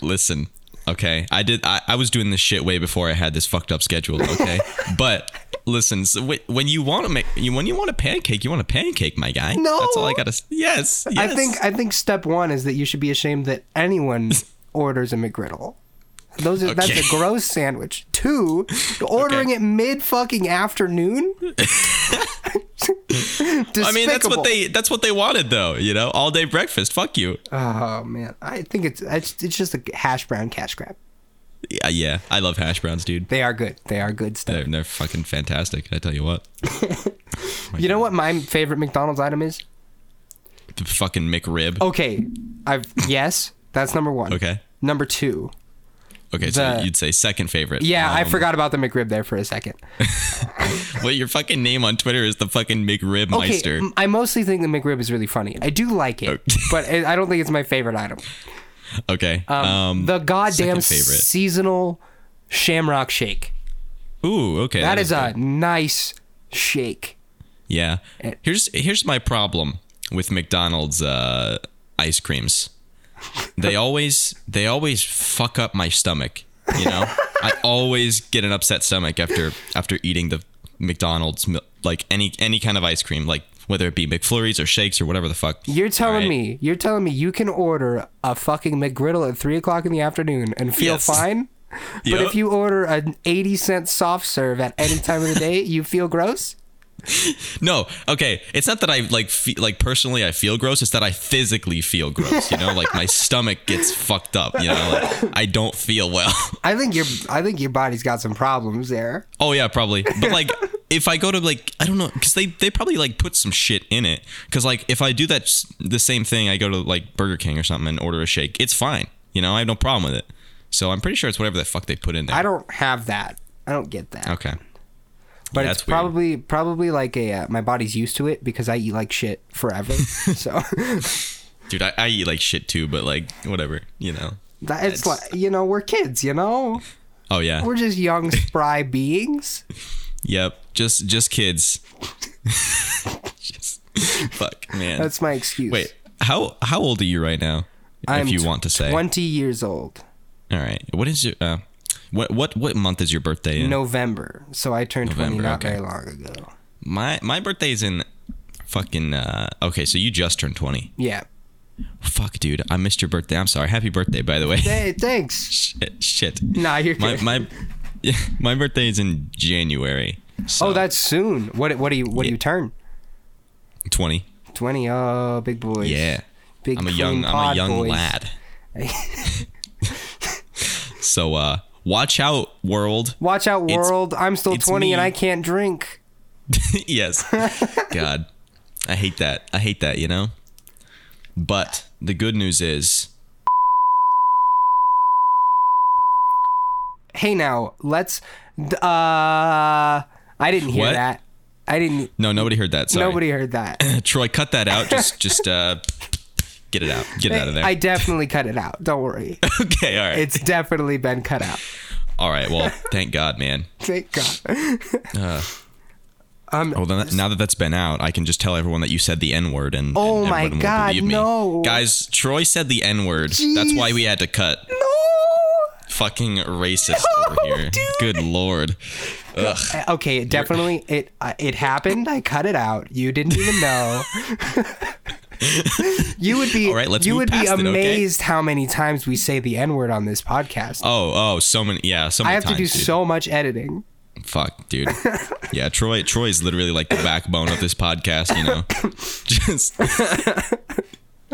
[SPEAKER 1] Listen, okay, I did. I, I was doing this shit way before I had this fucked up schedule. Okay, but. Listen, so wh- when you want to make, you, when you want a pancake, you want a pancake, my guy.
[SPEAKER 3] No.
[SPEAKER 1] that's all I gotta. s- Yes, yes.
[SPEAKER 3] I think I think step one is that you should be ashamed that anyone orders a McGriddle. Those are,
[SPEAKER 1] Okay.
[SPEAKER 3] That's a gross sandwich. Two, ordering
[SPEAKER 1] Okay.
[SPEAKER 3] it mid fucking afternoon.
[SPEAKER 1] I mean, that's what they that's what they wanted though. You know, all day breakfast. Fuck you.
[SPEAKER 3] Oh man, I think it's it's, it's just a hash brown cash grab.
[SPEAKER 1] Yeah, yeah, I love hash browns, dude.
[SPEAKER 3] They are good. They are good stuff.
[SPEAKER 1] They're, they're fucking fantastic. I tell you what,
[SPEAKER 3] you know what my favorite McDonald's item is?
[SPEAKER 1] the fucking McRib.
[SPEAKER 3] Okay, I've yes, that's number one.
[SPEAKER 1] Okay.
[SPEAKER 3] Number two.
[SPEAKER 1] okay, so
[SPEAKER 3] the-
[SPEAKER 1] you'd say second favorite.
[SPEAKER 3] Yeah, I
[SPEAKER 1] Um,
[SPEAKER 3] forgot about the McRib there for a second.
[SPEAKER 1] Well, your fucking name on Twitter is the fucking McRib
[SPEAKER 3] Okay,
[SPEAKER 1] Meister.
[SPEAKER 3] m- I mostly think the McRib is really funny. I do like it,
[SPEAKER 1] Okay.
[SPEAKER 3] but I I don't think it's my favorite item.
[SPEAKER 1] Okay. Um,
[SPEAKER 3] Um, the goddamn
[SPEAKER 1] second favorite.
[SPEAKER 3] seasonal Shamrock Shake.
[SPEAKER 1] ooh, okay.
[SPEAKER 3] That is
[SPEAKER 1] good.
[SPEAKER 3] a Eh. nice shake.
[SPEAKER 1] Yeah. Here's here's my problem with McDonald's uh, ice creams. They always they always fuck up my stomach. You know, I always get an upset stomach after after eating the McDonald's mil- like any any kind of ice cream, like whether it be McFlurries or shakes or whatever the fuck.
[SPEAKER 3] You're telling
[SPEAKER 1] Right.
[SPEAKER 3] me, you're telling me you can order a fucking McGriddle at three o'clock in the afternoon and feel
[SPEAKER 1] Yes.
[SPEAKER 3] fine,
[SPEAKER 1] Yep.
[SPEAKER 3] but if you order an eighty cent soft serve at any time of the day, you feel gross.
[SPEAKER 1] No, okay. It's not that I like fe- like personally I feel gross. It's that I physically feel gross. You know, like my stomach gets fucked up. You know, like, I don't feel well.
[SPEAKER 3] I think your, I think your body's got some problems there.
[SPEAKER 1] Oh yeah, probably. But like, if I go to like, I don't know, because they they probably like put some shit in it. Because like, if I do that s- the same thing, I go to like Burger King or something and order a shake. It's fine. You know, I have no problem with it. So I'm pretty sure it's whatever the fuck they put in there.
[SPEAKER 3] I don't have that. I don't get that.
[SPEAKER 1] Okay.
[SPEAKER 3] but
[SPEAKER 1] Yeah,
[SPEAKER 3] it's
[SPEAKER 1] that's weird.
[SPEAKER 3] probably probably like a uh, my body's used to it because I eat like shit forever. so
[SPEAKER 1] Dude, I, I eat like shit too, but like whatever, you know.
[SPEAKER 3] that, it's
[SPEAKER 1] That's-
[SPEAKER 3] like you know we're kids, you know
[SPEAKER 1] Oh yeah.
[SPEAKER 3] we're just young spry beings.
[SPEAKER 1] Yep. Just just kids. just, fuck, man.
[SPEAKER 3] That's my excuse.
[SPEAKER 1] Wait, how how old are you right now?
[SPEAKER 3] I'm
[SPEAKER 1] if you
[SPEAKER 3] tw-
[SPEAKER 1] want to say.
[SPEAKER 3] twenty years old,
[SPEAKER 1] All right. What is your uh, what what what month is your birthday in?
[SPEAKER 3] November. So I turned twenty
[SPEAKER 1] November,
[SPEAKER 3] not
[SPEAKER 1] okay.
[SPEAKER 3] very long ago.
[SPEAKER 1] My my birthday's in fucking uh okay, so you just turned 20.
[SPEAKER 3] Yeah.
[SPEAKER 1] Fuck dude, I missed your birthday. I'm sorry. Happy birthday by the way.
[SPEAKER 3] Hey, thanks.
[SPEAKER 1] shit, shit.
[SPEAKER 3] Nah, you're
[SPEAKER 1] My
[SPEAKER 3] good.
[SPEAKER 1] my yeah, my birthday is in January. So
[SPEAKER 3] oh, that's soon. What what do you what do
[SPEAKER 1] Yeah.
[SPEAKER 3] you turn?
[SPEAKER 1] 20.
[SPEAKER 3] Twenty. Oh, big boys.
[SPEAKER 1] Yeah.
[SPEAKER 3] Big
[SPEAKER 1] I'm a
[SPEAKER 3] clean
[SPEAKER 1] young I'm a
[SPEAKER 3] pod
[SPEAKER 1] young
[SPEAKER 3] boys.
[SPEAKER 1] lad. so uh watch out world.
[SPEAKER 3] Watch out,
[SPEAKER 1] It's-
[SPEAKER 3] world! I'm still
[SPEAKER 1] it's
[SPEAKER 3] twenty and
[SPEAKER 1] me.
[SPEAKER 3] I can't drink.
[SPEAKER 1] yes. God. I hate that. I hate that, you know? But the good news is
[SPEAKER 3] hey now let's d- uh i didn't hear
[SPEAKER 1] What?
[SPEAKER 3] that i didn't
[SPEAKER 1] no, nobody heard that. Sorry.
[SPEAKER 3] nobody heard that
[SPEAKER 1] Troy, cut that out. Just just uh get it out. Get it out of there.
[SPEAKER 3] i definitely cut it out don't worry
[SPEAKER 1] okay, all right.
[SPEAKER 3] it's definitely been cut out
[SPEAKER 1] all right. Well, thank God, man.
[SPEAKER 3] thank god um
[SPEAKER 1] Well, then, now that that's been out, I can just tell everyone that you said the N word, and
[SPEAKER 3] Oh
[SPEAKER 1] and
[SPEAKER 3] my
[SPEAKER 1] everyone will
[SPEAKER 3] God,
[SPEAKER 1] believe me.
[SPEAKER 3] no.
[SPEAKER 1] guys! Troy said the N word. That's why we had to cut.
[SPEAKER 3] no
[SPEAKER 1] Fucking racist
[SPEAKER 3] No,
[SPEAKER 1] over here.
[SPEAKER 3] Oh, dude.
[SPEAKER 1] Good lord. Ugh.
[SPEAKER 3] Uh, okay it definitely it uh, it happened i cut it out you didn't even know you would be
[SPEAKER 1] All right, let's
[SPEAKER 3] you
[SPEAKER 1] move
[SPEAKER 3] would be
[SPEAKER 1] past it, okay?
[SPEAKER 3] amazed how many times we say the n word on this podcast
[SPEAKER 1] Oh, oh, so many. Yeah, so many
[SPEAKER 3] i have to do
[SPEAKER 1] times, dude.
[SPEAKER 3] so much editing
[SPEAKER 1] Fuck, dude. Yeah, Troy. Troy is literally like the backbone of this podcast. You know, just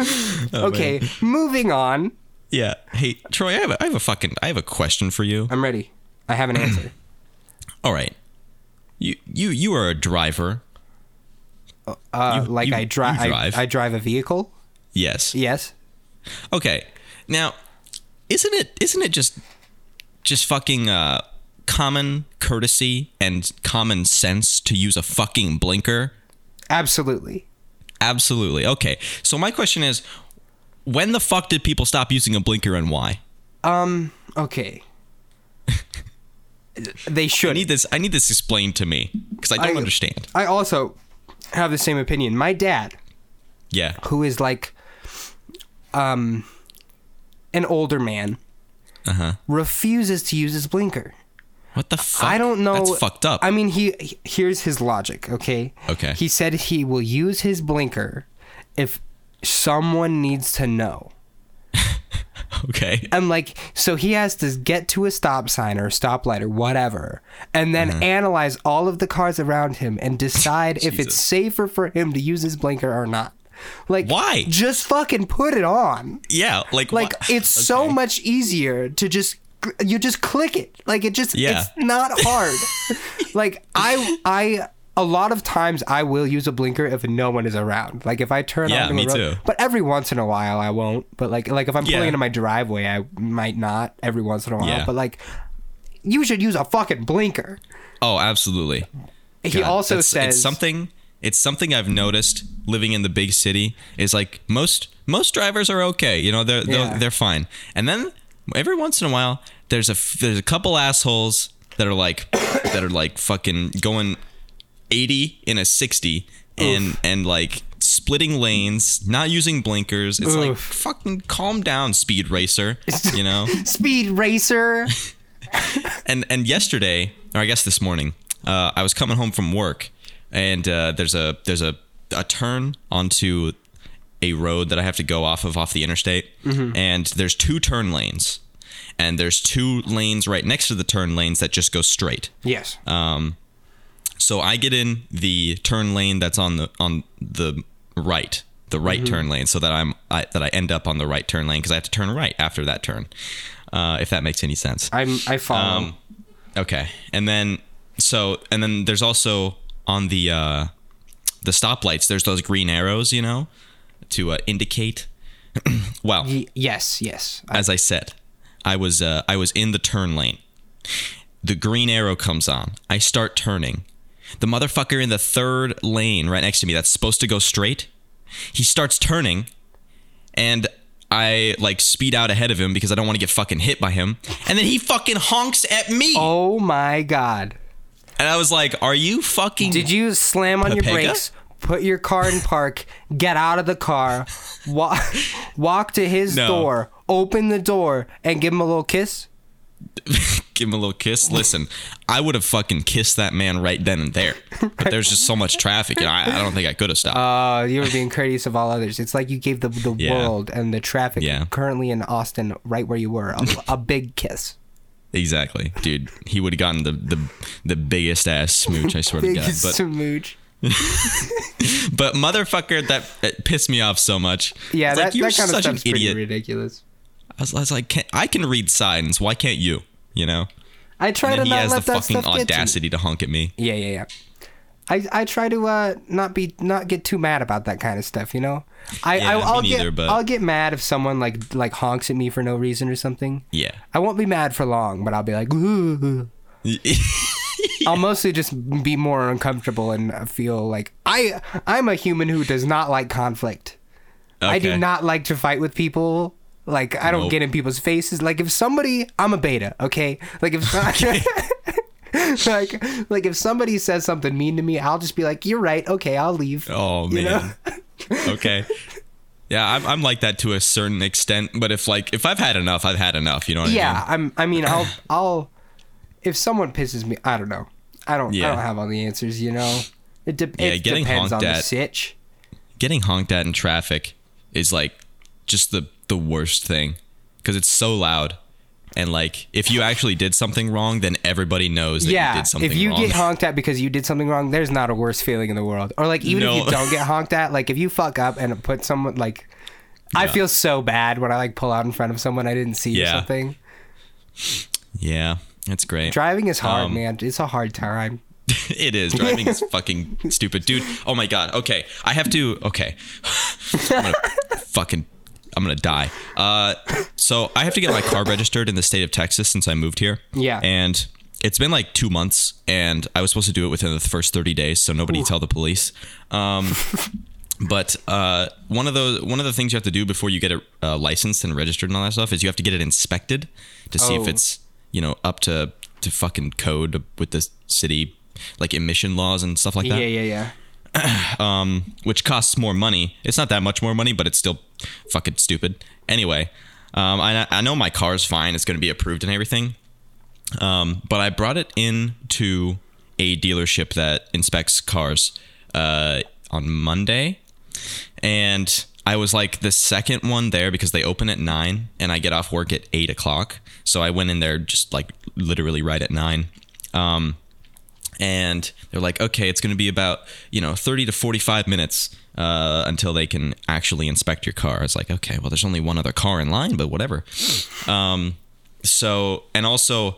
[SPEAKER 1] Oh, man.
[SPEAKER 3] okay moving on
[SPEAKER 1] Yeah. Hey, Troy, I have, a, I have a fucking, I have a question for you.
[SPEAKER 3] i'm ready i have an answer
[SPEAKER 1] All right. You, you, you are a driver.
[SPEAKER 3] Uh,
[SPEAKER 1] You-
[SPEAKER 3] like
[SPEAKER 1] you-
[SPEAKER 3] I drive,
[SPEAKER 1] you drive.
[SPEAKER 3] I, I drive a vehicle.
[SPEAKER 1] Yes.
[SPEAKER 3] Yes.
[SPEAKER 1] Okay. Now, isn't it, isn't it just, just fucking, uh, common courtesy and common sense to use a fucking blinker?
[SPEAKER 3] Absolutely.
[SPEAKER 1] Absolutely. Okay. So my question is, when the fuck did people stop using a blinker and why?
[SPEAKER 3] Um. Okay. they
[SPEAKER 1] I
[SPEAKER 3] should.
[SPEAKER 1] need this. I need this explained to me because I don't
[SPEAKER 3] I-
[SPEAKER 1] understand.
[SPEAKER 3] I also have the same opinion. My dad,
[SPEAKER 1] Yeah.
[SPEAKER 3] who is like, um, an older man,
[SPEAKER 1] Uh huh.
[SPEAKER 3] refuses to use his blinker.
[SPEAKER 1] What the fuck?
[SPEAKER 3] I don't know.
[SPEAKER 1] That's fucked up.
[SPEAKER 3] I mean, he, he- here's his logic. Okay.
[SPEAKER 1] Okay.
[SPEAKER 3] He said he will use his blinker if someone needs to know.
[SPEAKER 1] okay.
[SPEAKER 3] I'm like, so he has to get to a stop sign or a stoplight or whatever, and then
[SPEAKER 1] Mm-hmm.
[SPEAKER 3] analyze all of the cars around him and decide if it's
[SPEAKER 1] Jesus.
[SPEAKER 3] safer for him to use his blinker or not. Like,
[SPEAKER 1] Why?
[SPEAKER 3] Just fucking put it on.
[SPEAKER 1] Yeah, like
[SPEAKER 3] Like,
[SPEAKER 1] wha-
[SPEAKER 3] it's so
[SPEAKER 1] okay.
[SPEAKER 3] much easier to just you just click it. Like it just
[SPEAKER 1] Yeah.
[SPEAKER 3] it's not hard. like I I a lot of times I will use a blinker if no one is around. Like if I turn
[SPEAKER 1] Yeah,
[SPEAKER 3] on
[SPEAKER 1] me
[SPEAKER 3] the road,
[SPEAKER 1] too.
[SPEAKER 3] but every once in a while I won't. But like like if I'm
[SPEAKER 1] Yeah.
[SPEAKER 3] pulling into my driveway, I might not every once in a while.
[SPEAKER 1] Yeah.
[SPEAKER 3] But like you should use a fucking blinker.
[SPEAKER 1] Oh, absolutely.
[SPEAKER 3] he
[SPEAKER 1] God,
[SPEAKER 3] also
[SPEAKER 1] that's-
[SPEAKER 3] says
[SPEAKER 1] it's something. It's something I've noticed living in the big city is like most most drivers are okay. You know, they're they're,
[SPEAKER 3] Yeah.
[SPEAKER 1] they're fine. And then every once in a while, there's a f- there's a couple assholes that are like that are like fucking going 80 in a 60 and and like splitting lanes, not using blinkers. It's like
[SPEAKER 3] Oof.
[SPEAKER 1] fucking calm down, speed racer. You know.
[SPEAKER 3] speed racer.
[SPEAKER 1] and and yesterday, or I guess this morning, uh, I was coming home from work, and uh, there's a there's a a turn onto a road that I have to go off of off the interstate, and there's two turn lanes, and there's two lanes right next to the turn lanes that just go straight.
[SPEAKER 3] yes.
[SPEAKER 1] So I get in the turn lane that's on the on the right, the right turn lane, so that I'm I, that I end up on the right turn lane because I have to turn right after that turn, uh, if that makes any sense.
[SPEAKER 3] I'm I follow.
[SPEAKER 1] Um, Okay. And then so and then there's also on the uh the stoplights there's those green arrows, you know, to uh, indicate well,
[SPEAKER 3] Y- yes, yes. I-
[SPEAKER 1] as I said, I was uh I was in the turn lane. The green arrow comes on. I start turning. The motherfucker in the third lane right next to me that's supposed to go straight, he starts turning and I like speed out ahead of him because I don't want to get fucking hit by him. And then he fucking honks at me.
[SPEAKER 3] oh my god.
[SPEAKER 1] And I was like, "Are you fucking?"
[SPEAKER 3] Did you slam on
[SPEAKER 1] Pepega?
[SPEAKER 3] your brakes, put your car in park, get out of the car, walk, walk to his
[SPEAKER 1] No.
[SPEAKER 3] door, open the door, and give him a little kiss?
[SPEAKER 1] give him a little kiss? Listen, I would have fucking kissed that man right then and there. But there's just so much traffic, and I, I don't think I could have stopped.
[SPEAKER 3] Uh, you were being courteous of all others. It's like you gave the, the
[SPEAKER 1] Yeah.
[SPEAKER 3] world and the traffic
[SPEAKER 1] Yeah.
[SPEAKER 3] currently in Austin, right where you were, a, a big kiss.
[SPEAKER 1] exactly, dude. He would have gotten the, the the biggest ass smooch. I swear to
[SPEAKER 3] Big
[SPEAKER 1] God. But
[SPEAKER 3] smooch.
[SPEAKER 1] but motherfucker, that it pissed me off so much.
[SPEAKER 3] Yeah,
[SPEAKER 1] It's
[SPEAKER 3] that,
[SPEAKER 1] like, you're
[SPEAKER 3] that kind of
[SPEAKER 1] such an
[SPEAKER 3] stuff's pretty
[SPEAKER 1] idiot.
[SPEAKER 3] ridiculous.
[SPEAKER 1] I was, I was like, can, I can read signs. Why can't you? You know.
[SPEAKER 3] I try
[SPEAKER 1] And
[SPEAKER 3] to
[SPEAKER 1] then he
[SPEAKER 3] not
[SPEAKER 1] has the
[SPEAKER 3] let that
[SPEAKER 1] fucking
[SPEAKER 3] stuff get to me.
[SPEAKER 1] audacity to honk at me.
[SPEAKER 3] Yeah, yeah, yeah. I, I try to uh, not be not get too mad about that kind of stuff, you know. I,
[SPEAKER 1] Yeah,
[SPEAKER 3] I
[SPEAKER 1] me
[SPEAKER 3] I'll
[SPEAKER 1] neither,
[SPEAKER 3] get
[SPEAKER 1] but-
[SPEAKER 3] I'll get mad if someone like like honks at me for no reason or something.
[SPEAKER 1] Yeah.
[SPEAKER 3] I won't be mad for long, but I'll be like, "Ooh." I'll mostly just be more uncomfortable and feel like I I'm a human who does not like conflict. I do
[SPEAKER 1] Okay.
[SPEAKER 3] not like to fight with people. Like I don't
[SPEAKER 1] Nope.
[SPEAKER 3] get in people's faces. Like if somebody, I'm a beta, okay? Like if like like if somebody says something mean to me, I'll just be like, "You're right. Okay, I'll leave."
[SPEAKER 1] Oh man.
[SPEAKER 3] You know?
[SPEAKER 1] okay. Yeah, I'm, I'm like that to a certain extent, but if like if I've had enough, I've had enough. You know what
[SPEAKER 3] Yeah, I'm I mean, I'll I'll if someone pisses me, I don't know. I don't
[SPEAKER 1] Yeah.
[SPEAKER 3] I don't have all the answers, you know. It, de-
[SPEAKER 1] Yeah,
[SPEAKER 3] it
[SPEAKER 1] getting
[SPEAKER 3] depends on
[SPEAKER 1] honked
[SPEAKER 3] the
[SPEAKER 1] at.
[SPEAKER 3] sitch.
[SPEAKER 1] I mean? Getting honked at in traffic is like just the the worst thing because it's so loud. And like, if you actually did something wrong, then everybody knows that
[SPEAKER 3] yeah,
[SPEAKER 1] you did something
[SPEAKER 3] if you
[SPEAKER 1] wrong.
[SPEAKER 3] get honked at because you did something wrong, there's not a worse feeling in the world. Or like even if
[SPEAKER 1] No.
[SPEAKER 3] you don't get honked at, like if you fuck up and put someone like, I
[SPEAKER 1] Yeah.
[SPEAKER 3] feel so bad when I like pull out in front of someone I didn't see
[SPEAKER 1] Yeah.
[SPEAKER 3] or something.
[SPEAKER 1] yeah, that's great.
[SPEAKER 3] Driving is hard,
[SPEAKER 1] Um,
[SPEAKER 3] man. It's a hard time.
[SPEAKER 1] it is driving is fucking stupid, dude. Oh my god. Okay, I have to. Okay, I'm gonna fucking. I'm gonna die. Uh, so I have to get my car registered in the state of Texas since I moved here.
[SPEAKER 3] Yeah.
[SPEAKER 1] And it's been like two months, and I was supposed to do it within the first 30 days, so nobody tell the police. Um, but uh, one of the one of the things you have to do before you get it uh, licensed and registered and all that stuff is you have to get it inspected to see
[SPEAKER 3] Oh.
[SPEAKER 1] if it's you know up to to fucking code with the city like emission laws and stuff like that
[SPEAKER 3] Yeah, yeah, yeah.
[SPEAKER 1] which costs more money. It's not that much more money, but it's still fucking stupid. Anyway, um, I, I know my car's fine. It's going to be approved and everything. Um, but I brought it in to a dealership that inspects cars uh, on Monday. And I was like the second one there because they open at nine and I get off work at eight o'clock. So I went in there just like literally right at nine. Um, and they're like, okay, it's going to be about you know 30 to 45 minutes uh, until they can actually inspect your car. It's like, okay, well, there's only one other car in line, but whatever. Um, So, and also,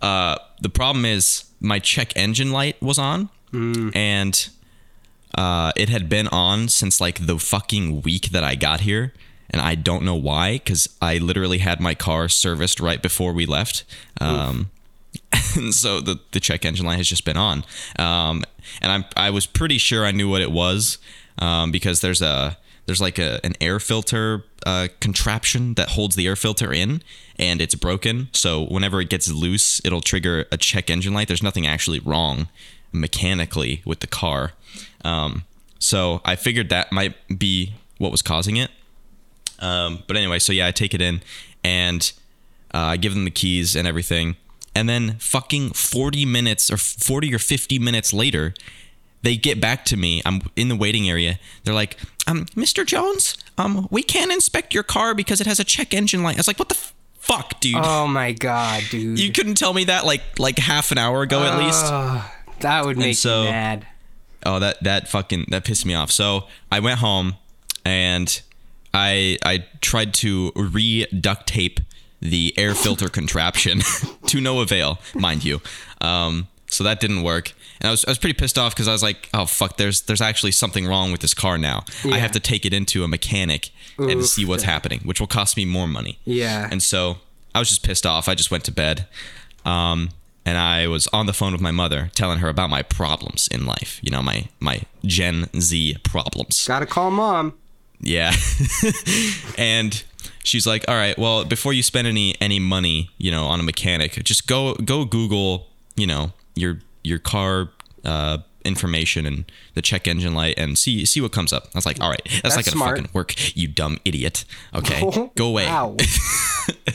[SPEAKER 1] uh, the problem is my check engine light was on, and uh, it had been on since like the fucking week that I got here, and I don't know why, because I literally had my car serviced right before we left. Um, and so the, the check engine light has just been on. Um, and I'm I was pretty sure I knew what it was um, because there's a there's like a an air filter uh, contraption that holds the air filter in and it's broken. So whenever it gets loose, it'll trigger a check engine light. There's nothing actually wrong mechanically with the car. Um, so I figured that might be what was causing it. Um, but anyway, so yeah, I take it in and uh, I give them the keys and everything. And then fucking 40 minutes or 40 or 50 minutes later, they get back to me. I'm in the waiting area. They're like, um, Mr. Jones, um, we can't inspect your car because it has a check engine light. I was like, what the f- fuck, dude?
[SPEAKER 3] Oh my god, dude.
[SPEAKER 1] you couldn't tell me that like like half an hour ago at least.
[SPEAKER 3] Ugh, that would make
[SPEAKER 1] so-
[SPEAKER 3] me mad.
[SPEAKER 1] Oh, that that fucking that pissed me off. So I went home and I I tried to re duct tape the air filter contraption to no avail, mind you. Um, so that didn't work, and I was I was pretty pissed off because I was like, oh fuck, there's there's actually something wrong with this car now. I have to take it into a mechanic and
[SPEAKER 3] Oof.
[SPEAKER 1] see what's happening, which will cost me more money.
[SPEAKER 3] Yeah.
[SPEAKER 1] And so I was just pissed off. I just went to bed. Um, and I was on the phone with my mother telling her about my problems in life, you know, my, my Gen Z problems.
[SPEAKER 3] Gotta call mom.
[SPEAKER 1] Yeah. and she's like, all right, well, before you spend any, any money, you know, on a mechanic, just go, go Google, you know, your, your car, uh, information and the check engine light and see see what comes up. I was like, all right, that's, not
[SPEAKER 3] That's
[SPEAKER 1] gonna
[SPEAKER 3] smart.
[SPEAKER 1] fucking work, you dumb idiot. Okay. go away.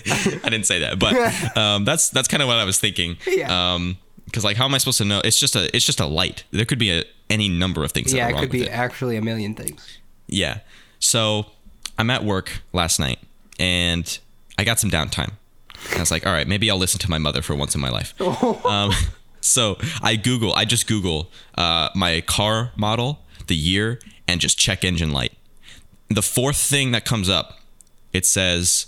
[SPEAKER 3] Wow.
[SPEAKER 1] I didn't say that, but um, that's that's kind of what I was thinking.
[SPEAKER 3] Yeah.
[SPEAKER 1] because like, how am I supposed to know? It's just a it's just a light. There could be a, any number of things. that
[SPEAKER 3] yeah,
[SPEAKER 1] are
[SPEAKER 3] it
[SPEAKER 1] wrong
[SPEAKER 3] could
[SPEAKER 1] with
[SPEAKER 3] be actually a million things.
[SPEAKER 1] Yeah. So I'm at work last night, and I got some downtime. And I was like, all right, maybe I'll listen to my mother for once in my life. um, so I Google, I just Google uh, my car model, the year, and just check engine light. The fourth thing that comes up, it says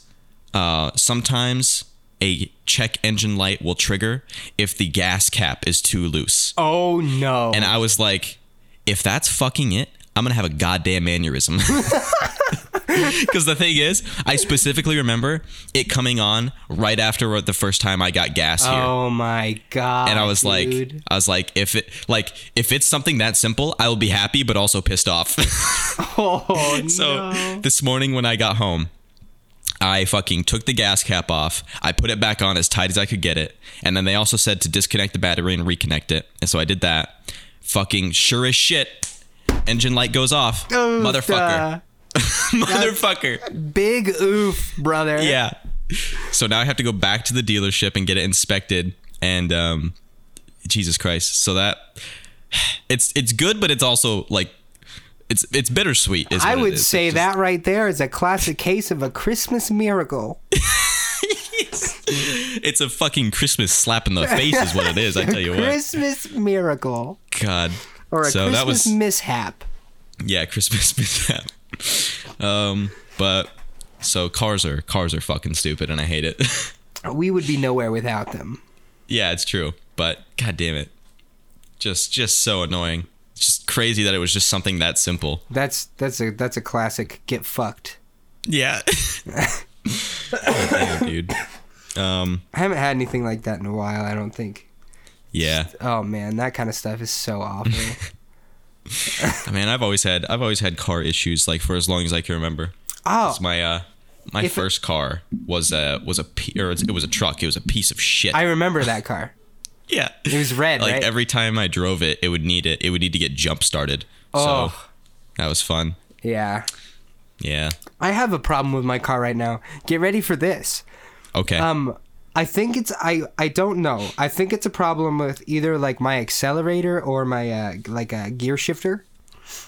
[SPEAKER 1] uh, sometimes a check engine light will trigger if the gas cap is too loose.
[SPEAKER 3] Oh no.
[SPEAKER 1] And I was like, if that's fucking it, I'm gonna have a goddamn aneurysm. Because the thing is, I specifically remember it coming on right after the first time I got gas here.
[SPEAKER 3] oh my god.
[SPEAKER 1] and I was
[SPEAKER 3] dude.
[SPEAKER 1] like, I was like, if it like if it's something that simple, I will be happy, but also pissed off.
[SPEAKER 3] oh
[SPEAKER 1] so
[SPEAKER 3] no.
[SPEAKER 1] this morning when I got home, I fucking took the gas cap off. I put it back on as tight as I could get it. And then they also said to disconnect the battery and reconnect it. And so I did that. Fucking sure as shit. Engine light goes off.
[SPEAKER 3] Oof,
[SPEAKER 1] Motherfucker.
[SPEAKER 3] uh,
[SPEAKER 1] Motherfucker.
[SPEAKER 3] big oof, brother.
[SPEAKER 1] Yeah. So now I have to go back to the dealership and get it inspected. And um Jesus Christ. So that it's it's good, but it's also like it's it's bittersweet. Is
[SPEAKER 3] I
[SPEAKER 1] what it
[SPEAKER 3] would
[SPEAKER 1] is.
[SPEAKER 3] say
[SPEAKER 1] It's just-
[SPEAKER 3] that right there is a classic case of a Christmas miracle.
[SPEAKER 1] It's a fucking Christmas slap in the face, is what it is. I tell you what.
[SPEAKER 3] Christmas miracle.
[SPEAKER 1] God.
[SPEAKER 3] Or a
[SPEAKER 1] so
[SPEAKER 3] Christmas
[SPEAKER 1] that was
[SPEAKER 3] mishap.
[SPEAKER 1] yeah, Christmas mishap. Um, but so cars are cars are fucking stupid, and I hate it.
[SPEAKER 3] We would be nowhere without them.
[SPEAKER 1] yeah, it's true, but god damn it, just just so annoying. It's just crazy that it was just something that simple.
[SPEAKER 3] That's that's a that's a classic get fucked.
[SPEAKER 1] Yeah. Damn, dude. Um.
[SPEAKER 3] I haven't had anything like that in a while, I don't think.
[SPEAKER 1] Yeah.
[SPEAKER 3] Oh man, that kind of stuff is so awful.
[SPEAKER 1] I mean, I've always had I've always had car issues like for as long as I can remember.
[SPEAKER 3] oh,
[SPEAKER 1] It's my uh my
[SPEAKER 3] If-
[SPEAKER 1] first car was a was a p- or it was a truck. It was a piece of shit.
[SPEAKER 3] I remember that car.
[SPEAKER 1] yeah.
[SPEAKER 3] It was red,
[SPEAKER 1] like
[SPEAKER 3] right?
[SPEAKER 1] every time I drove it, it would need it. It would need to get jump started. So
[SPEAKER 3] Oh.
[SPEAKER 1] that was fun.
[SPEAKER 3] yeah.
[SPEAKER 1] Yeah.
[SPEAKER 3] I have a problem with my car right now. Get ready for this.
[SPEAKER 1] Okay.
[SPEAKER 3] Um, I think it's I I don't know. I think it's a problem with either like my accelerator or my uh, like a gear shifter.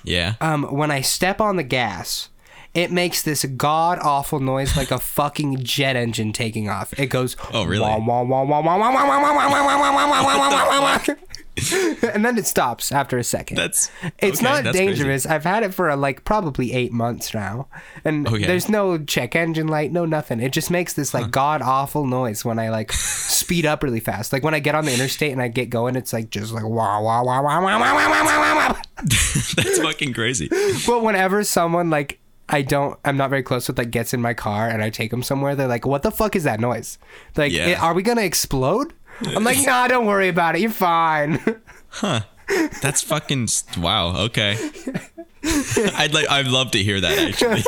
[SPEAKER 1] yeah.
[SPEAKER 3] Um, when I step on the gas, it makes this god awful noise like a fucking jet engine taking off. It goes.
[SPEAKER 1] Oh, really?
[SPEAKER 3] "Wah, wah, wah, wah, wah, wah, wah, wah, wah, wah, wah, wah, wah, wah, wah, wah, wah, wah, wah." and then it stops after a second.
[SPEAKER 1] That's-
[SPEAKER 3] it's
[SPEAKER 1] okay,
[SPEAKER 3] not
[SPEAKER 1] that's crazy.
[SPEAKER 3] dangerous. I've had it for uh like probably eight months now, and
[SPEAKER 1] Okay.
[SPEAKER 3] there's no check engine light, no nothing. It just makes this like god awful noise when I like speed up really fast. Like when I get on the interstate and I get going, it's like just like wah wah wah wah wah wah wah wah wah wah. wah.
[SPEAKER 1] That's fucking crazy.
[SPEAKER 3] But whenever someone like I don't, I'm not very close with, like gets in my car and I take them somewhere, they're like, "What the fuck is that noise? Like,
[SPEAKER 1] Yeah.
[SPEAKER 3] "Eh, are we gonna explode?" I'm like, "Nah, don't worry about it. You're fine."
[SPEAKER 1] That's fucking s- wow. Okay. I'd like. I'd love to hear that. Actually,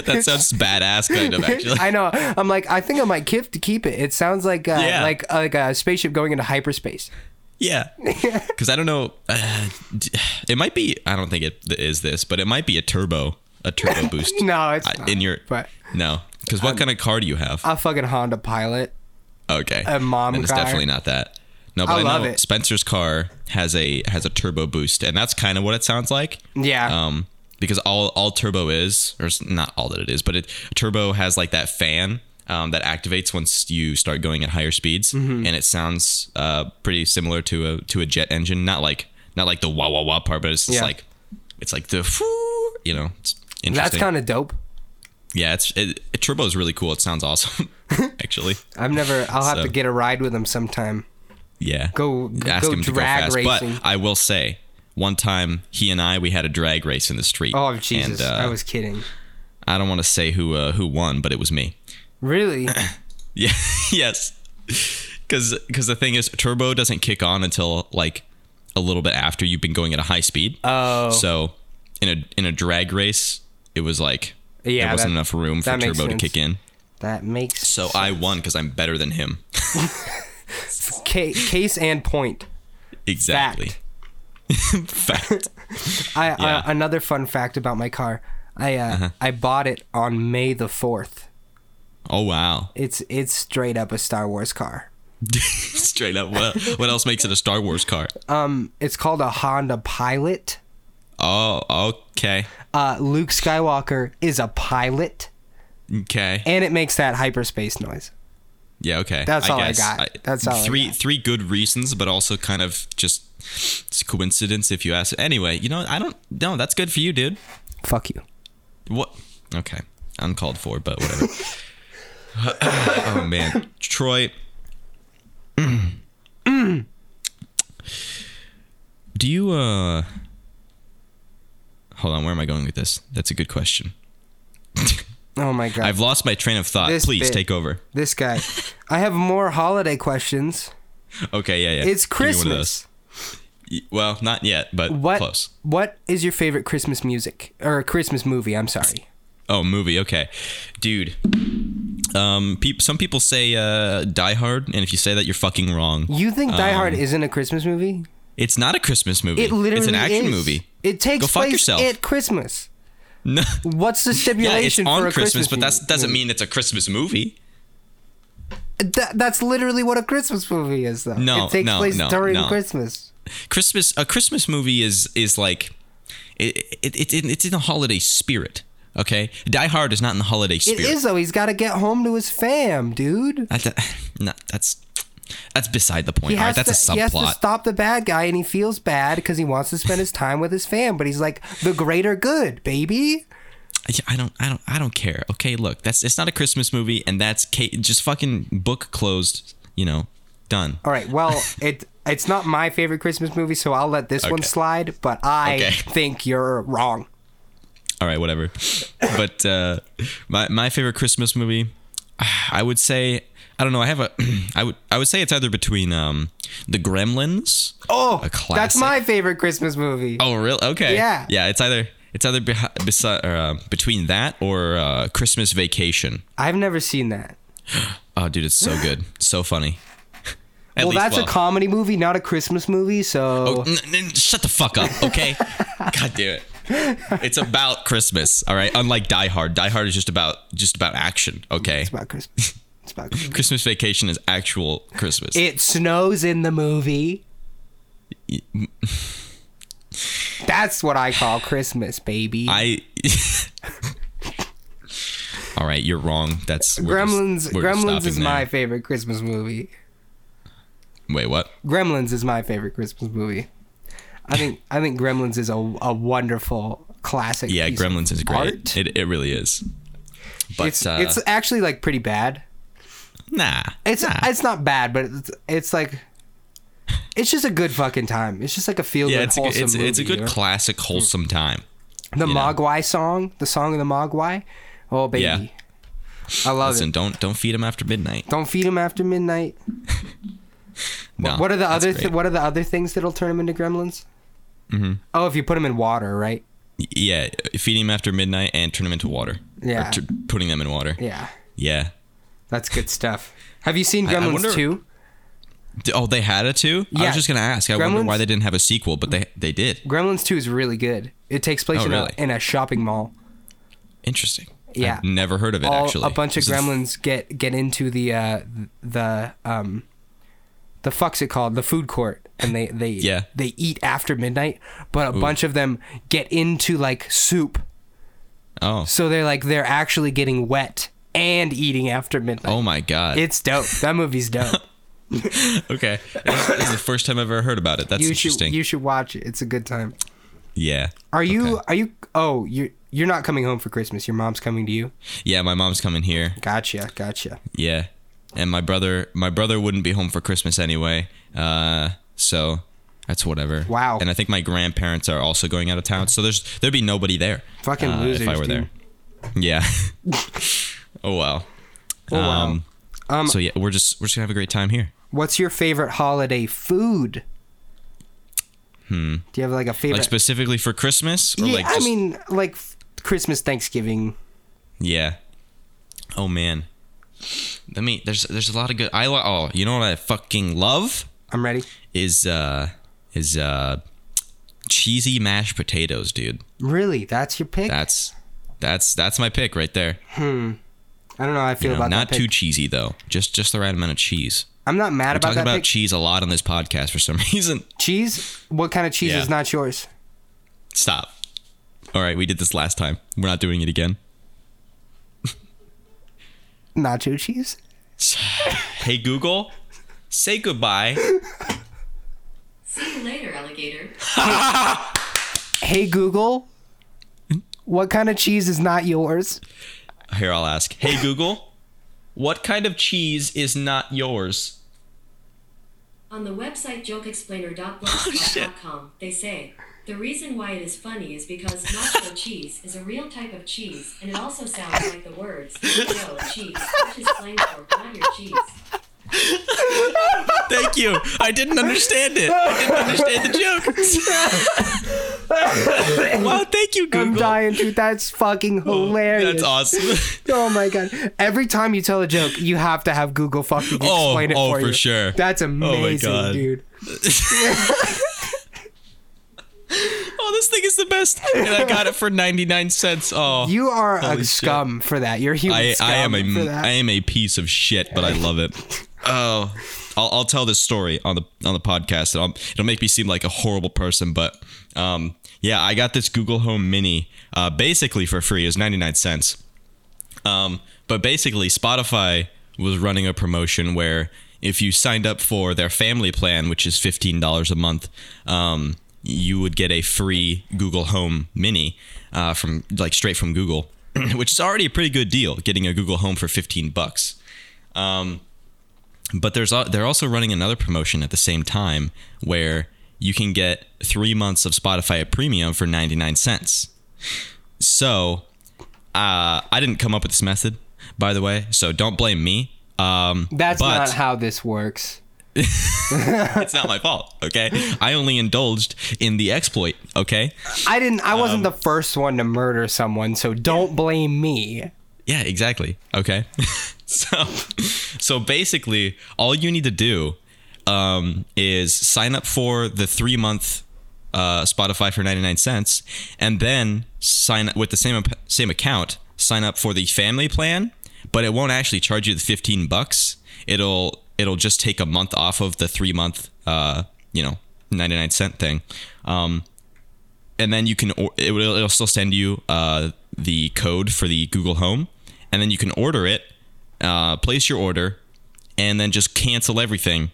[SPEAKER 1] that sounds badass. Kind of actually.
[SPEAKER 3] I know. I'm like, I think I might keep to keep it. It sounds like uh,
[SPEAKER 1] Yeah.
[SPEAKER 3] like like a spaceship going into hyperspace.
[SPEAKER 1] Yeah. Because I don't know. Uh, d- it might be. I don't think it is this, but it might be a turbo. A turbo boost.
[SPEAKER 3] No, it's
[SPEAKER 1] I-
[SPEAKER 3] not,
[SPEAKER 1] in your.
[SPEAKER 3] but-
[SPEAKER 1] no. Because what kind of car do you have?
[SPEAKER 3] A fucking Honda Pilot.
[SPEAKER 1] Okay.
[SPEAKER 3] a mom
[SPEAKER 1] Then it's
[SPEAKER 3] car.
[SPEAKER 1] definitely not that. No, but
[SPEAKER 3] I
[SPEAKER 1] I,
[SPEAKER 3] love
[SPEAKER 1] know
[SPEAKER 3] it.
[SPEAKER 1] Spencer's car has a has a turbo boost, and that's kind of what it sounds like.
[SPEAKER 3] Yeah.
[SPEAKER 1] Um, because all all turbo is, or it's not all that it is, but it turbo has like that fan um, that activates once you start going at higher speeds,
[SPEAKER 3] Mm-hmm.
[SPEAKER 1] and it sounds uh pretty similar to a to a jet engine. Not like not like the wah wah wah part, but it's just
[SPEAKER 3] Yeah.
[SPEAKER 1] like it's like the whoo, you know. It's interesting.
[SPEAKER 3] That's kind of dope.
[SPEAKER 1] yeah. It's it, it, turbo is really cool. It sounds awesome, actually.
[SPEAKER 3] I've never. I'll have
[SPEAKER 1] So-
[SPEAKER 3] to get a ride with him sometime.
[SPEAKER 1] Yeah.
[SPEAKER 3] Go- go drag racing.
[SPEAKER 1] But I will say, one time he and I we had a drag race in the street.
[SPEAKER 3] Oh Jesus!
[SPEAKER 1] And, uh,
[SPEAKER 3] I was kidding.
[SPEAKER 1] I don't want to say who uh, who won, but it was me.
[SPEAKER 3] Really?
[SPEAKER 1] Yeah. yes. Because the thing is, turbo doesn't kick on until like a little bit after you've been going at a high speed.
[SPEAKER 3] Oh.
[SPEAKER 1] So in a in a drag race, it was like
[SPEAKER 3] Yeah,
[SPEAKER 1] there wasn't
[SPEAKER 3] that-
[SPEAKER 1] enough room for
[SPEAKER 3] that makes
[SPEAKER 1] turbo to
[SPEAKER 3] sense.
[SPEAKER 1] kick in.
[SPEAKER 3] That makes
[SPEAKER 1] So I won because I'm better than him.
[SPEAKER 3] ca- case and point.
[SPEAKER 1] exactly. Fact.
[SPEAKER 3] I,
[SPEAKER 1] Yeah. Uh-huh.
[SPEAKER 3] I another fun fact about my car. I uh, I bought it on May the fourth.
[SPEAKER 1] Oh wow.
[SPEAKER 3] It's it's straight up a Star Wars car.
[SPEAKER 1] Straight up. What, what else makes it a Star Wars car?
[SPEAKER 3] Um, it's called a Honda Pilot.
[SPEAKER 1] Oh, okay.
[SPEAKER 3] Uh, Luke Skywalker is a pilot,
[SPEAKER 1] Okay.
[SPEAKER 3] and it makes that hyperspace noise.
[SPEAKER 1] yeah, okay.
[SPEAKER 3] That's all I got. That's all I
[SPEAKER 1] Three
[SPEAKER 3] got.
[SPEAKER 1] three good reasons, but also kind of just it's a coincidence if you ask. Anyway, you know, I don't no, that's good for you, dude.
[SPEAKER 3] Fuck you.
[SPEAKER 1] What? Okay. Uncalled for, but whatever. oh man. Troy. Do you uh Hold on, where am I going with this? That's a good question.
[SPEAKER 3] Oh my god.
[SPEAKER 1] I've lost my train of thought.
[SPEAKER 3] This
[SPEAKER 1] Please
[SPEAKER 3] bit-
[SPEAKER 1] take over.
[SPEAKER 3] this guy. I have more holiday questions.
[SPEAKER 1] Okay, yeah, yeah.
[SPEAKER 3] It's
[SPEAKER 1] Give me one of those.
[SPEAKER 3] Christmas.
[SPEAKER 1] Y- Well, not yet, but
[SPEAKER 3] What
[SPEAKER 1] close.
[SPEAKER 3] what is your favorite Christmas music or Christmas movie? I'm sorry.
[SPEAKER 1] Oh, movie. Okay, dude. Um, peop some people say uh, Die Hard, and if you say that, you're fucking wrong.
[SPEAKER 3] You think Die Hard
[SPEAKER 1] Um,
[SPEAKER 3] isn't a Christmas movie?
[SPEAKER 1] It's not a Christmas movie.
[SPEAKER 3] It literally
[SPEAKER 1] it's an action
[SPEAKER 3] is.
[SPEAKER 1] movie.
[SPEAKER 3] It takes
[SPEAKER 1] Go fuck
[SPEAKER 3] place
[SPEAKER 1] yourself.
[SPEAKER 3] at Christmas.
[SPEAKER 1] No,
[SPEAKER 3] What's the
[SPEAKER 1] yeah, it's
[SPEAKER 3] stipulation
[SPEAKER 1] on
[SPEAKER 3] for a
[SPEAKER 1] Christmas, but that
[SPEAKER 3] movie?
[SPEAKER 1] doesn't mean it's a Christmas movie.
[SPEAKER 3] Th- that's literally what a Christmas movie is, though.
[SPEAKER 1] No,
[SPEAKER 3] it takes
[SPEAKER 1] no,
[SPEAKER 3] place
[SPEAKER 1] no,
[SPEAKER 3] during
[SPEAKER 1] no.
[SPEAKER 3] Christmas.
[SPEAKER 1] Christmas, a Christmas movie is is like, it, it, it, it's in the holiday spirit. Okay, Die Hard is not in the holiday
[SPEAKER 3] It
[SPEAKER 1] spirit.
[SPEAKER 3] is though. He's got to get home to his fam, dude.
[SPEAKER 1] That's no, that's that's beside the point.
[SPEAKER 3] He
[SPEAKER 1] All right,
[SPEAKER 3] has,
[SPEAKER 1] that's
[SPEAKER 3] to,
[SPEAKER 1] a
[SPEAKER 3] he has to
[SPEAKER 1] subplot.
[SPEAKER 3] stop the bad guy, and he feels bad because he wants to spend his time with his fam. But he's like the greater good, baby.
[SPEAKER 1] Yeah, I don't, I don't, I don't care. Okay, look, that's it's not a Christmas movie, and that's ca- just fucking book closed. You know, done.
[SPEAKER 3] All right. Well, it it's not my favorite Christmas movie, so I'll let this one
[SPEAKER 1] Okay.
[SPEAKER 3] slide. But I
[SPEAKER 1] Okay.
[SPEAKER 3] think you're wrong.
[SPEAKER 1] All right, whatever. but uh, my my favorite Christmas movie, I would say, I don't know. I have a, I would I would say it's either between um the Gremlins.
[SPEAKER 3] Oh,
[SPEAKER 1] A
[SPEAKER 3] that's
[SPEAKER 1] classic.
[SPEAKER 3] my favorite Christmas movie.
[SPEAKER 1] Oh, real? Okay.
[SPEAKER 3] Yeah.
[SPEAKER 1] Yeah. It's either it's either beh besi- or, uh, between that or uh, Christmas Vacation.
[SPEAKER 3] I've never seen that.
[SPEAKER 1] Oh, dude, it's so good, so funny. At
[SPEAKER 3] well,
[SPEAKER 1] least-
[SPEAKER 3] that's a comedy movie, not a Christmas movie.
[SPEAKER 1] Oh,
[SPEAKER 3] So
[SPEAKER 1] n- n- shut the fuck up, okay? God damn it. It's about Christmas, all right? Unlike Die Hard, Die Hard is just about just about action, okay?
[SPEAKER 3] it's about Christmas. It's about Christmas.
[SPEAKER 1] Christmas Vacation is actual Christmas.
[SPEAKER 3] It snows in the movie. That's what I call Christmas, baby.
[SPEAKER 1] I All right, you're wrong. That's we're just-
[SPEAKER 3] Gremlins.
[SPEAKER 1] we're just
[SPEAKER 3] Gremlins
[SPEAKER 1] stopping
[SPEAKER 3] is
[SPEAKER 1] there.
[SPEAKER 3] my favorite Christmas movie.
[SPEAKER 1] Wait, what?
[SPEAKER 3] Gremlins is my favorite Christmas movie. I think I think Gremlins is a, a wonderful classic.
[SPEAKER 1] Yeah,
[SPEAKER 3] piece of
[SPEAKER 1] Gremlins is great.
[SPEAKER 3] art.
[SPEAKER 1] It it really is. But
[SPEAKER 3] it's
[SPEAKER 1] uh,
[SPEAKER 3] it's actually like pretty bad.
[SPEAKER 1] nah.
[SPEAKER 3] It's
[SPEAKER 1] nah.
[SPEAKER 3] it's not bad, but it's, it's like it's just a good fucking time. It's just like a feel
[SPEAKER 1] yeah,
[SPEAKER 3] good
[SPEAKER 1] it's a,
[SPEAKER 3] wholesome
[SPEAKER 1] it's
[SPEAKER 3] movie.
[SPEAKER 1] it's a good
[SPEAKER 3] you know?
[SPEAKER 1] classic wholesome time.
[SPEAKER 3] the
[SPEAKER 1] you know.
[SPEAKER 3] Mogwai song, the song of the Mogwai. Oh baby,
[SPEAKER 1] Yeah.
[SPEAKER 3] I love
[SPEAKER 1] Listen,
[SPEAKER 3] it.
[SPEAKER 1] don't don't feed them after midnight.
[SPEAKER 3] Don't feed him after midnight.
[SPEAKER 1] No,
[SPEAKER 3] what are the
[SPEAKER 1] that's
[SPEAKER 3] other th-
[SPEAKER 1] great.
[SPEAKER 3] What are the other things that'll turn him into gremlins? Mm-hmm. Oh, if you put him in water, right?
[SPEAKER 1] Yeah, feeding them after midnight and turn them into water. Or
[SPEAKER 3] Yeah.
[SPEAKER 1] t- putting them in water.
[SPEAKER 3] Yeah,
[SPEAKER 1] Yeah.
[SPEAKER 3] that's good stuff. Have you seen
[SPEAKER 1] I- I
[SPEAKER 3] Gremlins
[SPEAKER 1] wonder-
[SPEAKER 3] Two?
[SPEAKER 1] D- Oh, they had a two. I
[SPEAKER 3] Yeah.
[SPEAKER 1] was just gonna ask. I wonder
[SPEAKER 3] Gremlins-
[SPEAKER 1] why they didn't have a sequel, but they they did.
[SPEAKER 3] Gremlins Two is really good. It takes place
[SPEAKER 1] Oh,
[SPEAKER 3] in,
[SPEAKER 1] really?
[SPEAKER 3] a, in a shopping mall.
[SPEAKER 1] Interesting.
[SPEAKER 3] Yeah.
[SPEAKER 1] I've never heard of it
[SPEAKER 3] All
[SPEAKER 1] actually.
[SPEAKER 3] a bunch of
[SPEAKER 1] This is-
[SPEAKER 3] gremlins get get into the uh, the um the fuck's it called the food court and they they
[SPEAKER 1] Yeah.
[SPEAKER 3] they eat after midnight, but a bunch of them get into like soup,
[SPEAKER 1] Oh.
[SPEAKER 3] so they're like they're actually getting wet and eating after midnight.
[SPEAKER 1] Oh my god.
[SPEAKER 3] It's dope. That movie's dope.
[SPEAKER 1] okay. This this is the first time I've ever heard about it. That's
[SPEAKER 3] you
[SPEAKER 1] interesting.
[SPEAKER 3] should you should watch it. It's a good time.
[SPEAKER 1] yeah.
[SPEAKER 3] Are you
[SPEAKER 1] Okay.
[SPEAKER 3] are you oh, you you're not coming home for Christmas. Your mom's coming to you.
[SPEAKER 1] Yeah, my mom's coming here.
[SPEAKER 3] Gotcha, gotcha.
[SPEAKER 1] Yeah, and my brother, my brother wouldn't be home for Christmas anyway, uh, so that's whatever.
[SPEAKER 3] Wow.
[SPEAKER 1] And I think my grandparents are also going out of town, so there's there'd be nobody there.
[SPEAKER 3] Fucking
[SPEAKER 1] uh,
[SPEAKER 3] losers.
[SPEAKER 1] If I were
[SPEAKER 3] dude.
[SPEAKER 1] there. Yeah. oh well.
[SPEAKER 3] Oh, wow. Um,
[SPEAKER 1] so yeah, we're just we're just gonna have a great time here.
[SPEAKER 3] What's your favorite holiday food? Hmm. Do you have like a favorite?
[SPEAKER 1] Like specifically for Christmas, or
[SPEAKER 3] yeah,
[SPEAKER 1] like just,
[SPEAKER 3] I mean, like f- Christmas, Thanksgiving.
[SPEAKER 1] yeah. Oh man. Let me. There's there's a lot of good. I lo- oh you know what I fucking love.
[SPEAKER 3] I'm ready.
[SPEAKER 1] is uh is uh cheesy mashed potatoes, dude.
[SPEAKER 3] Really, that's your pick?
[SPEAKER 1] That's that's that's my pick right there.
[SPEAKER 3] I don't know how I feel
[SPEAKER 1] You know,
[SPEAKER 3] about
[SPEAKER 1] not
[SPEAKER 3] that.
[SPEAKER 1] too
[SPEAKER 3] Pick.
[SPEAKER 1] cheesy though. Just just the right amount of cheese.
[SPEAKER 3] I'm not mad
[SPEAKER 1] We're
[SPEAKER 3] about
[SPEAKER 1] talking
[SPEAKER 3] that
[SPEAKER 1] about
[SPEAKER 3] pick.
[SPEAKER 1] cheese a lot on this podcast for some reason.
[SPEAKER 3] cheese? What kind of cheese
[SPEAKER 1] Yeah.
[SPEAKER 3] is not yours?
[SPEAKER 1] Stop. All right, we did this last time. We're not doing it again.
[SPEAKER 3] Nacho cheese?
[SPEAKER 1] Hey Google, say goodbye.
[SPEAKER 2] See you later, alligator.
[SPEAKER 3] Hey Google, what kind of cheese is not yours?
[SPEAKER 1] Here I'll ask. Hey Google, what kind of cheese is not yours?
[SPEAKER 2] On the website jokeexplainer.blogspot.com, they say the reason why it is funny is because nacho cheese is a real type of cheese, and it also sounds like the words nacho cheese, which is slang for not your cheese.
[SPEAKER 1] Thank you. I didn't understand it. I didn't understand the joke. wow, thank you, Google. Oh,
[SPEAKER 3] I'm dying, dude. That's fucking hilarious.
[SPEAKER 1] That's awesome.
[SPEAKER 3] Oh my god! Every time you tell a joke, you have to have Google fucking
[SPEAKER 1] Oh,
[SPEAKER 3] explain it
[SPEAKER 1] oh,
[SPEAKER 3] for you.
[SPEAKER 1] for sure.
[SPEAKER 3] That's amazing,
[SPEAKER 1] God.
[SPEAKER 3] dude.
[SPEAKER 1] oh, this thing is the best. And I got it for 99 cents. Oh.
[SPEAKER 3] You are
[SPEAKER 1] Holy
[SPEAKER 3] a
[SPEAKER 1] shit.
[SPEAKER 3] scum for that. You're a human
[SPEAKER 1] I,
[SPEAKER 3] scum
[SPEAKER 1] I am
[SPEAKER 3] for
[SPEAKER 1] a
[SPEAKER 3] that.
[SPEAKER 1] I am a piece of shit, but I love it. Oh, I'll, I'll tell this story on the on the podcast. And I'll, it'll make me seem like a horrible person, but um, yeah, I got this Google Home Mini uh, basically for free. It was ninety nine cents. Um, but basically, Spotify was running a promotion where if you signed up for their family plan, which is fifteen dollars a month, um, you would get a free Google Home Mini uh, from like straight from Google, which is already a pretty good deal. Getting a Google Home for fifteen bucks. But there's al- they're also running another promotion at the same time where you can get three months of Spotify at premium for 99 cents. So uh, I didn't come up with this method, by the way. So don't blame me. Um,
[SPEAKER 3] That's
[SPEAKER 1] but
[SPEAKER 3] not how this works.
[SPEAKER 1] it's not my fault. Okay, I only indulged in the exploit. Okay.
[SPEAKER 3] I didn't. I wasn't
[SPEAKER 1] Um,
[SPEAKER 3] the first one to murder someone, so don't blame me.
[SPEAKER 1] Yeah, exactly. Okay. so so basically all you need to do um, is sign up for the three month uh, Spotify for 99 cents and then sign up with the same ap- same account sign up for the family plan but it won't actually charge you the 15 bucks it'll it'll just take a month off of the three month uh, you know 99 cent thing um, and then you can or- it will, it'll still send you uh, the code for the Google Home, and then you can order it, uh, place your order, and then just cancel everything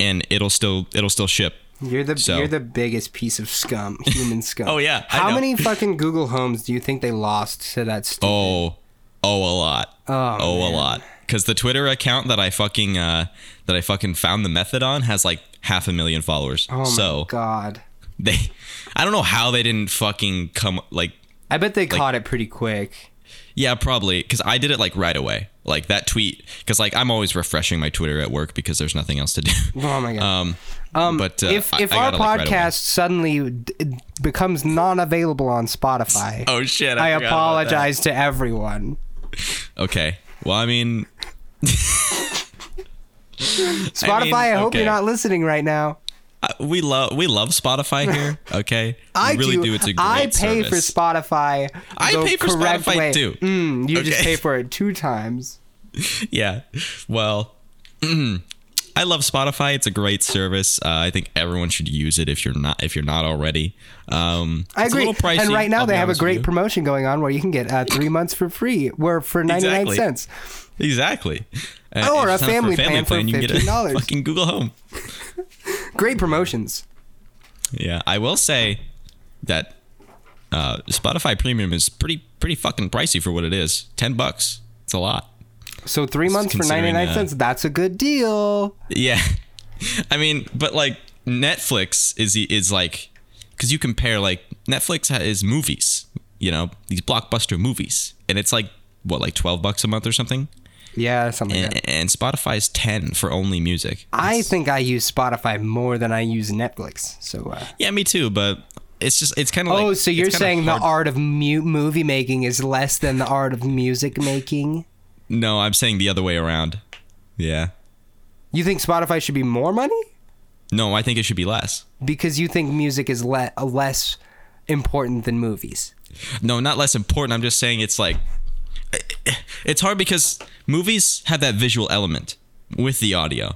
[SPEAKER 1] and it'll still it'll still ship.
[SPEAKER 3] You're the
[SPEAKER 1] So-
[SPEAKER 3] you're the biggest piece of scum, human scum.
[SPEAKER 1] Oh, yeah, I
[SPEAKER 3] How
[SPEAKER 1] know.
[SPEAKER 3] many fucking Google Homes do you think they lost to that stupid?
[SPEAKER 1] Oh, oh, a lot.
[SPEAKER 3] Oh,
[SPEAKER 1] a lot. Because the Twitter account that I fucking uh, that I fucking found the method on has like half a million followers.
[SPEAKER 3] Oh my
[SPEAKER 1] so
[SPEAKER 3] god.
[SPEAKER 1] they, I don't know how they didn't fucking come like
[SPEAKER 3] I bet they caught it pretty quick.
[SPEAKER 1] Yeah, probably because I did it like right away. Like that tweet, because like I'm always refreshing my Twitter at work because there's nothing else to do.
[SPEAKER 3] Oh my god.
[SPEAKER 1] Um,
[SPEAKER 3] Um,
[SPEAKER 1] but uh,
[SPEAKER 3] if
[SPEAKER 1] I-
[SPEAKER 3] if
[SPEAKER 1] I
[SPEAKER 3] our
[SPEAKER 1] got it, like, right
[SPEAKER 3] podcast
[SPEAKER 1] away.
[SPEAKER 3] suddenly d- becomes non-available on Spotify,
[SPEAKER 1] oh shit!
[SPEAKER 3] I
[SPEAKER 1] I, forgot about that.
[SPEAKER 3] apologize to everyone.
[SPEAKER 1] Okay. Well, I mean,
[SPEAKER 3] Spotify, I, hope
[SPEAKER 1] okay.
[SPEAKER 3] you're not listening right now.
[SPEAKER 1] I, uh, we love we love Spotify here. Okay,
[SPEAKER 3] I
[SPEAKER 1] we really do.
[SPEAKER 3] do.
[SPEAKER 1] It's a great
[SPEAKER 3] I pay
[SPEAKER 1] service.
[SPEAKER 3] for Spotify.
[SPEAKER 1] I
[SPEAKER 3] the
[SPEAKER 1] pay for
[SPEAKER 3] correct
[SPEAKER 1] Spotify,
[SPEAKER 3] way.
[SPEAKER 1] too.
[SPEAKER 3] Mm, you just
[SPEAKER 1] Okay.
[SPEAKER 3] pay for it two times.
[SPEAKER 1] yeah. Well, I love Spotify. It's a great service. Uh, I think everyone should use it if you're not if you're not already. Um,
[SPEAKER 3] I
[SPEAKER 1] it's a
[SPEAKER 3] agree.
[SPEAKER 1] little pricey,
[SPEAKER 3] and right now
[SPEAKER 1] I'll
[SPEAKER 3] they
[SPEAKER 1] be
[SPEAKER 3] have a
[SPEAKER 1] honest with
[SPEAKER 3] great
[SPEAKER 1] you.
[SPEAKER 3] promotion going on where you can get uh, three months for free, where for ninety nine
[SPEAKER 1] Exactly.
[SPEAKER 3] cents.
[SPEAKER 1] exactly. Uh,
[SPEAKER 3] Or
[SPEAKER 1] if
[SPEAKER 3] a
[SPEAKER 1] it's not for
[SPEAKER 3] family plan for
[SPEAKER 1] you can get a
[SPEAKER 3] $15.
[SPEAKER 1] Fucking Google Home. Mm-hmm.
[SPEAKER 3] Great promotions.
[SPEAKER 1] Yeah, I will say that uh, Spotify Premium is pretty pretty fucking pricey for what it is. Ten bucks, it's a lot.
[SPEAKER 3] So three months for ninety
[SPEAKER 1] Considering,
[SPEAKER 3] nine
[SPEAKER 1] uh,
[SPEAKER 3] cents. That's a good deal.
[SPEAKER 1] Yeah, I mean, but like Netflix is is like because you compare like Netflix ha- is movies, you know, these blockbuster movies, and it's like what like twelve bucks a month or something,
[SPEAKER 3] Yeah, something. like
[SPEAKER 1] and,
[SPEAKER 3] that.
[SPEAKER 1] and Spotify is ten for only music.
[SPEAKER 3] I think I use Spotify more than I use Netflix. So. Uh,
[SPEAKER 1] Yeah, me too, but. It's just, it's kind of like.
[SPEAKER 3] oh, so you're
[SPEAKER 1] it's kinda
[SPEAKER 3] saying the
[SPEAKER 1] hard-
[SPEAKER 3] art of mu- movie making is less than the art of music making?
[SPEAKER 1] No, I'm saying the other way around. Yeah.
[SPEAKER 3] You think Spotify should be more money
[SPEAKER 1] No, I think it should be less.
[SPEAKER 3] because you think music is le- uh, less important than movies?
[SPEAKER 1] No, not less important. I'm just saying it's like it's hard because movies have that visual element with the audio.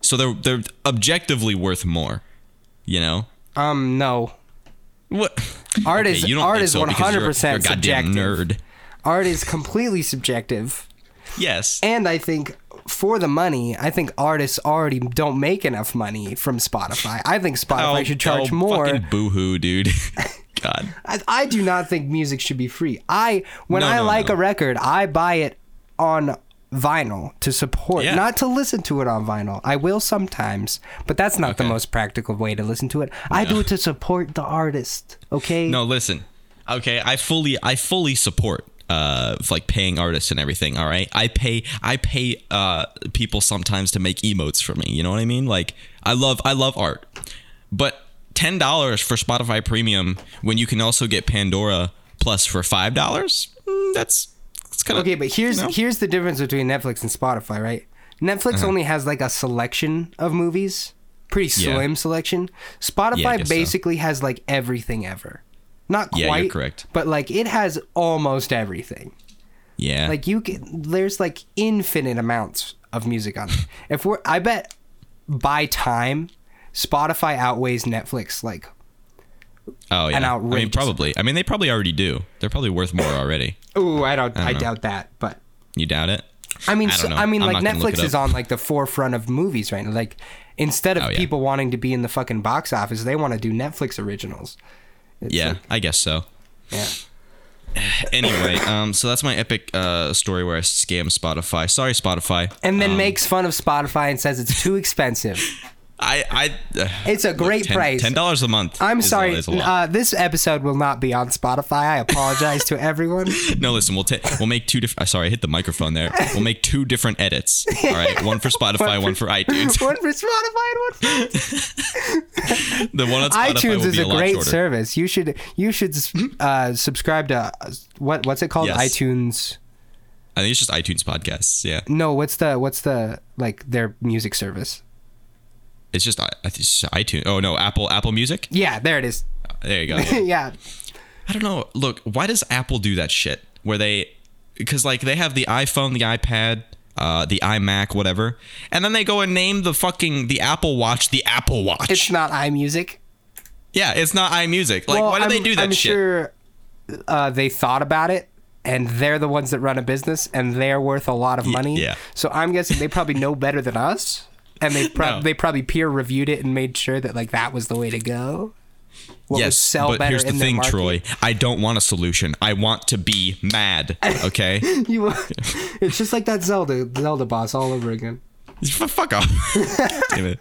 [SPEAKER 1] So they're they're objectively worth more, you know?
[SPEAKER 3] Um, no.
[SPEAKER 1] What
[SPEAKER 3] Art
[SPEAKER 1] Okay,
[SPEAKER 3] is
[SPEAKER 1] you don't
[SPEAKER 3] art
[SPEAKER 1] think
[SPEAKER 3] is
[SPEAKER 1] so
[SPEAKER 3] one
[SPEAKER 1] because
[SPEAKER 3] hundred
[SPEAKER 1] you're- you're a
[SPEAKER 3] percent
[SPEAKER 1] goddamn nerd.
[SPEAKER 3] subjective. Art is completely subjective,
[SPEAKER 1] Yes.
[SPEAKER 3] and I think for the money, I think artists already don't make enough money from Spotify. I think Spotify should charge more.
[SPEAKER 1] Oh, Fucking boohoo, dude. God.
[SPEAKER 3] I, I do not think music should be free. I when
[SPEAKER 1] No,
[SPEAKER 3] I
[SPEAKER 1] no,
[SPEAKER 3] like
[SPEAKER 1] no.
[SPEAKER 3] a record, I buy it on vinyl to support,
[SPEAKER 1] Yeah.
[SPEAKER 3] not to listen to it on vinyl. I will sometimes, but that's not the most practical way to listen to it. I do it to support the artist. Okay.
[SPEAKER 1] No, listen. Okay, I fully I fully support uh f- like paying artists and everything, all right? I pay I pay uh people sometimes to make emotes for me, you know what I mean? Like I love I love art. But $10 for Spotify Premium when you can also get Pandora Plus for $5? Mm, That's that's kind of
[SPEAKER 3] Okay, but here's
[SPEAKER 1] you know?
[SPEAKER 3] here's the difference between Netflix and Spotify, right? Netflix
[SPEAKER 1] Uh-huh.
[SPEAKER 3] only has like a selection of movies, pretty
[SPEAKER 1] Yeah.
[SPEAKER 3] slim selection. Spotify
[SPEAKER 1] guess so.
[SPEAKER 3] basically has like everything ever. Not quite,
[SPEAKER 1] Yeah, you're correct.
[SPEAKER 3] but like it has almost everything.
[SPEAKER 1] yeah.
[SPEAKER 3] Like you can, there's like infinite amounts of music on there. If we're, I bet by time, Spotify outweighs Netflix. Like,
[SPEAKER 1] oh yeah.
[SPEAKER 3] an
[SPEAKER 1] I mean
[SPEAKER 3] outrageous-
[SPEAKER 1] probably. I mean they probably already do. They're probably worth more already.
[SPEAKER 3] ooh, I don't, I,
[SPEAKER 1] know.
[SPEAKER 3] doubt that. But
[SPEAKER 1] You doubt it?
[SPEAKER 3] I mean,
[SPEAKER 1] I don't
[SPEAKER 3] so,
[SPEAKER 1] know.
[SPEAKER 3] I mean,
[SPEAKER 1] I'm
[SPEAKER 3] like
[SPEAKER 1] not gonna look
[SPEAKER 3] Netflix
[SPEAKER 1] it
[SPEAKER 3] is
[SPEAKER 1] up.
[SPEAKER 3] on like the forefront of movies right now. Like, instead of
[SPEAKER 1] Oh, yeah.
[SPEAKER 3] people wanting to be in the fucking box office, they want to do Netflix originals.
[SPEAKER 1] Yeah, I guess so.
[SPEAKER 3] Yeah.
[SPEAKER 1] anyway, um, so that's my epic uh, story where I scam Spotify. Sorry, Spotify.
[SPEAKER 3] And then makes fun of Spotify and says it's too expensive.
[SPEAKER 1] I, I uh,
[SPEAKER 3] It's a great
[SPEAKER 1] ten,
[SPEAKER 3] price.
[SPEAKER 1] Ten dollars a month.
[SPEAKER 3] I'm
[SPEAKER 1] is a-
[SPEAKER 3] sorry.
[SPEAKER 1] is a lot.
[SPEAKER 3] uh, this episode will not be on Spotify. I apologize to everyone.
[SPEAKER 1] no, listen, we'll ta- we'll make two different. uh, sorry, I hit the microphone there. We'll make two different edits. All right, one for Spotify, one for, iTunes.
[SPEAKER 3] one for Spotify and one for
[SPEAKER 1] the one on Spotify
[SPEAKER 3] iTunes
[SPEAKER 1] will
[SPEAKER 3] is
[SPEAKER 1] be
[SPEAKER 3] a,
[SPEAKER 1] a, lot
[SPEAKER 3] great
[SPEAKER 1] shorter.
[SPEAKER 3] service. You should you should uh, subscribe to uh, what what's it called?
[SPEAKER 1] Yes.
[SPEAKER 3] iTunes.
[SPEAKER 1] I think it's just iTunes podcasts. Yeah,
[SPEAKER 3] No, what's the what's the like their music service?
[SPEAKER 1] it's just, I- it's just iTunes. Oh no, Apple Apple Music.
[SPEAKER 3] Yeah, there it is.
[SPEAKER 1] There you go.
[SPEAKER 3] yeah.
[SPEAKER 1] I don't know. Look, why does Apple do that shit? Where they, because like they have the iPhone, the iPad, uh, the iMac, whatever, and then they go and name the fucking the Apple Watch the Apple Watch.
[SPEAKER 3] It's not iMusic.
[SPEAKER 1] yeah, it's not iMusic. Like,
[SPEAKER 3] Well,
[SPEAKER 1] why do
[SPEAKER 3] I'm,
[SPEAKER 1] they do that
[SPEAKER 3] I'm
[SPEAKER 1] shit?
[SPEAKER 3] sure uh, they thought about it and they're the ones that run a business and they're worth a lot of money.
[SPEAKER 1] yeah.
[SPEAKER 3] So I'm guessing they probably know better than us. and they prob-
[SPEAKER 1] No.
[SPEAKER 3] they probably peer reviewed it and made sure that like that was the way to go. What would sell
[SPEAKER 1] but
[SPEAKER 3] better
[SPEAKER 1] here's the
[SPEAKER 3] in their
[SPEAKER 1] thing,
[SPEAKER 3] market.
[SPEAKER 1] Troy. I don't want a solution. I want to be mad. Okay,
[SPEAKER 3] You want- it's just like that Zelda Zelda boss all over again.
[SPEAKER 1] F- fuck off. Damn it.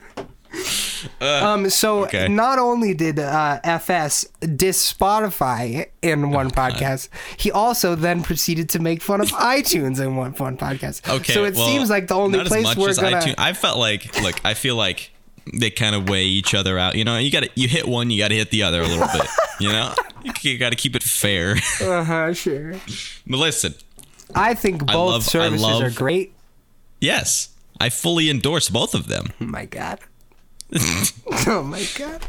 [SPEAKER 3] Um, so
[SPEAKER 1] okay.
[SPEAKER 3] not only did uh, FS diss Spotify
[SPEAKER 1] Oh
[SPEAKER 3] in one podcast, he also then proceeded to make fun of iTunes in one one podcast.
[SPEAKER 1] Okay.
[SPEAKER 3] so it
[SPEAKER 1] well,
[SPEAKER 3] seems like the only
[SPEAKER 1] not
[SPEAKER 3] place
[SPEAKER 1] as much
[SPEAKER 3] we're
[SPEAKER 1] as
[SPEAKER 3] gonna
[SPEAKER 1] iTunes- I felt like, look, I feel like they kind of weigh each other out. You know, you got to you hit one, you got to hit the other a little bit. You know, you got to keep it fair.
[SPEAKER 3] uh huh sure.
[SPEAKER 1] but listen,
[SPEAKER 3] I think both
[SPEAKER 1] love- I
[SPEAKER 3] services
[SPEAKER 1] love-
[SPEAKER 3] are great.
[SPEAKER 1] yes, I fully endorse both of them.
[SPEAKER 3] Oh my god. oh my god.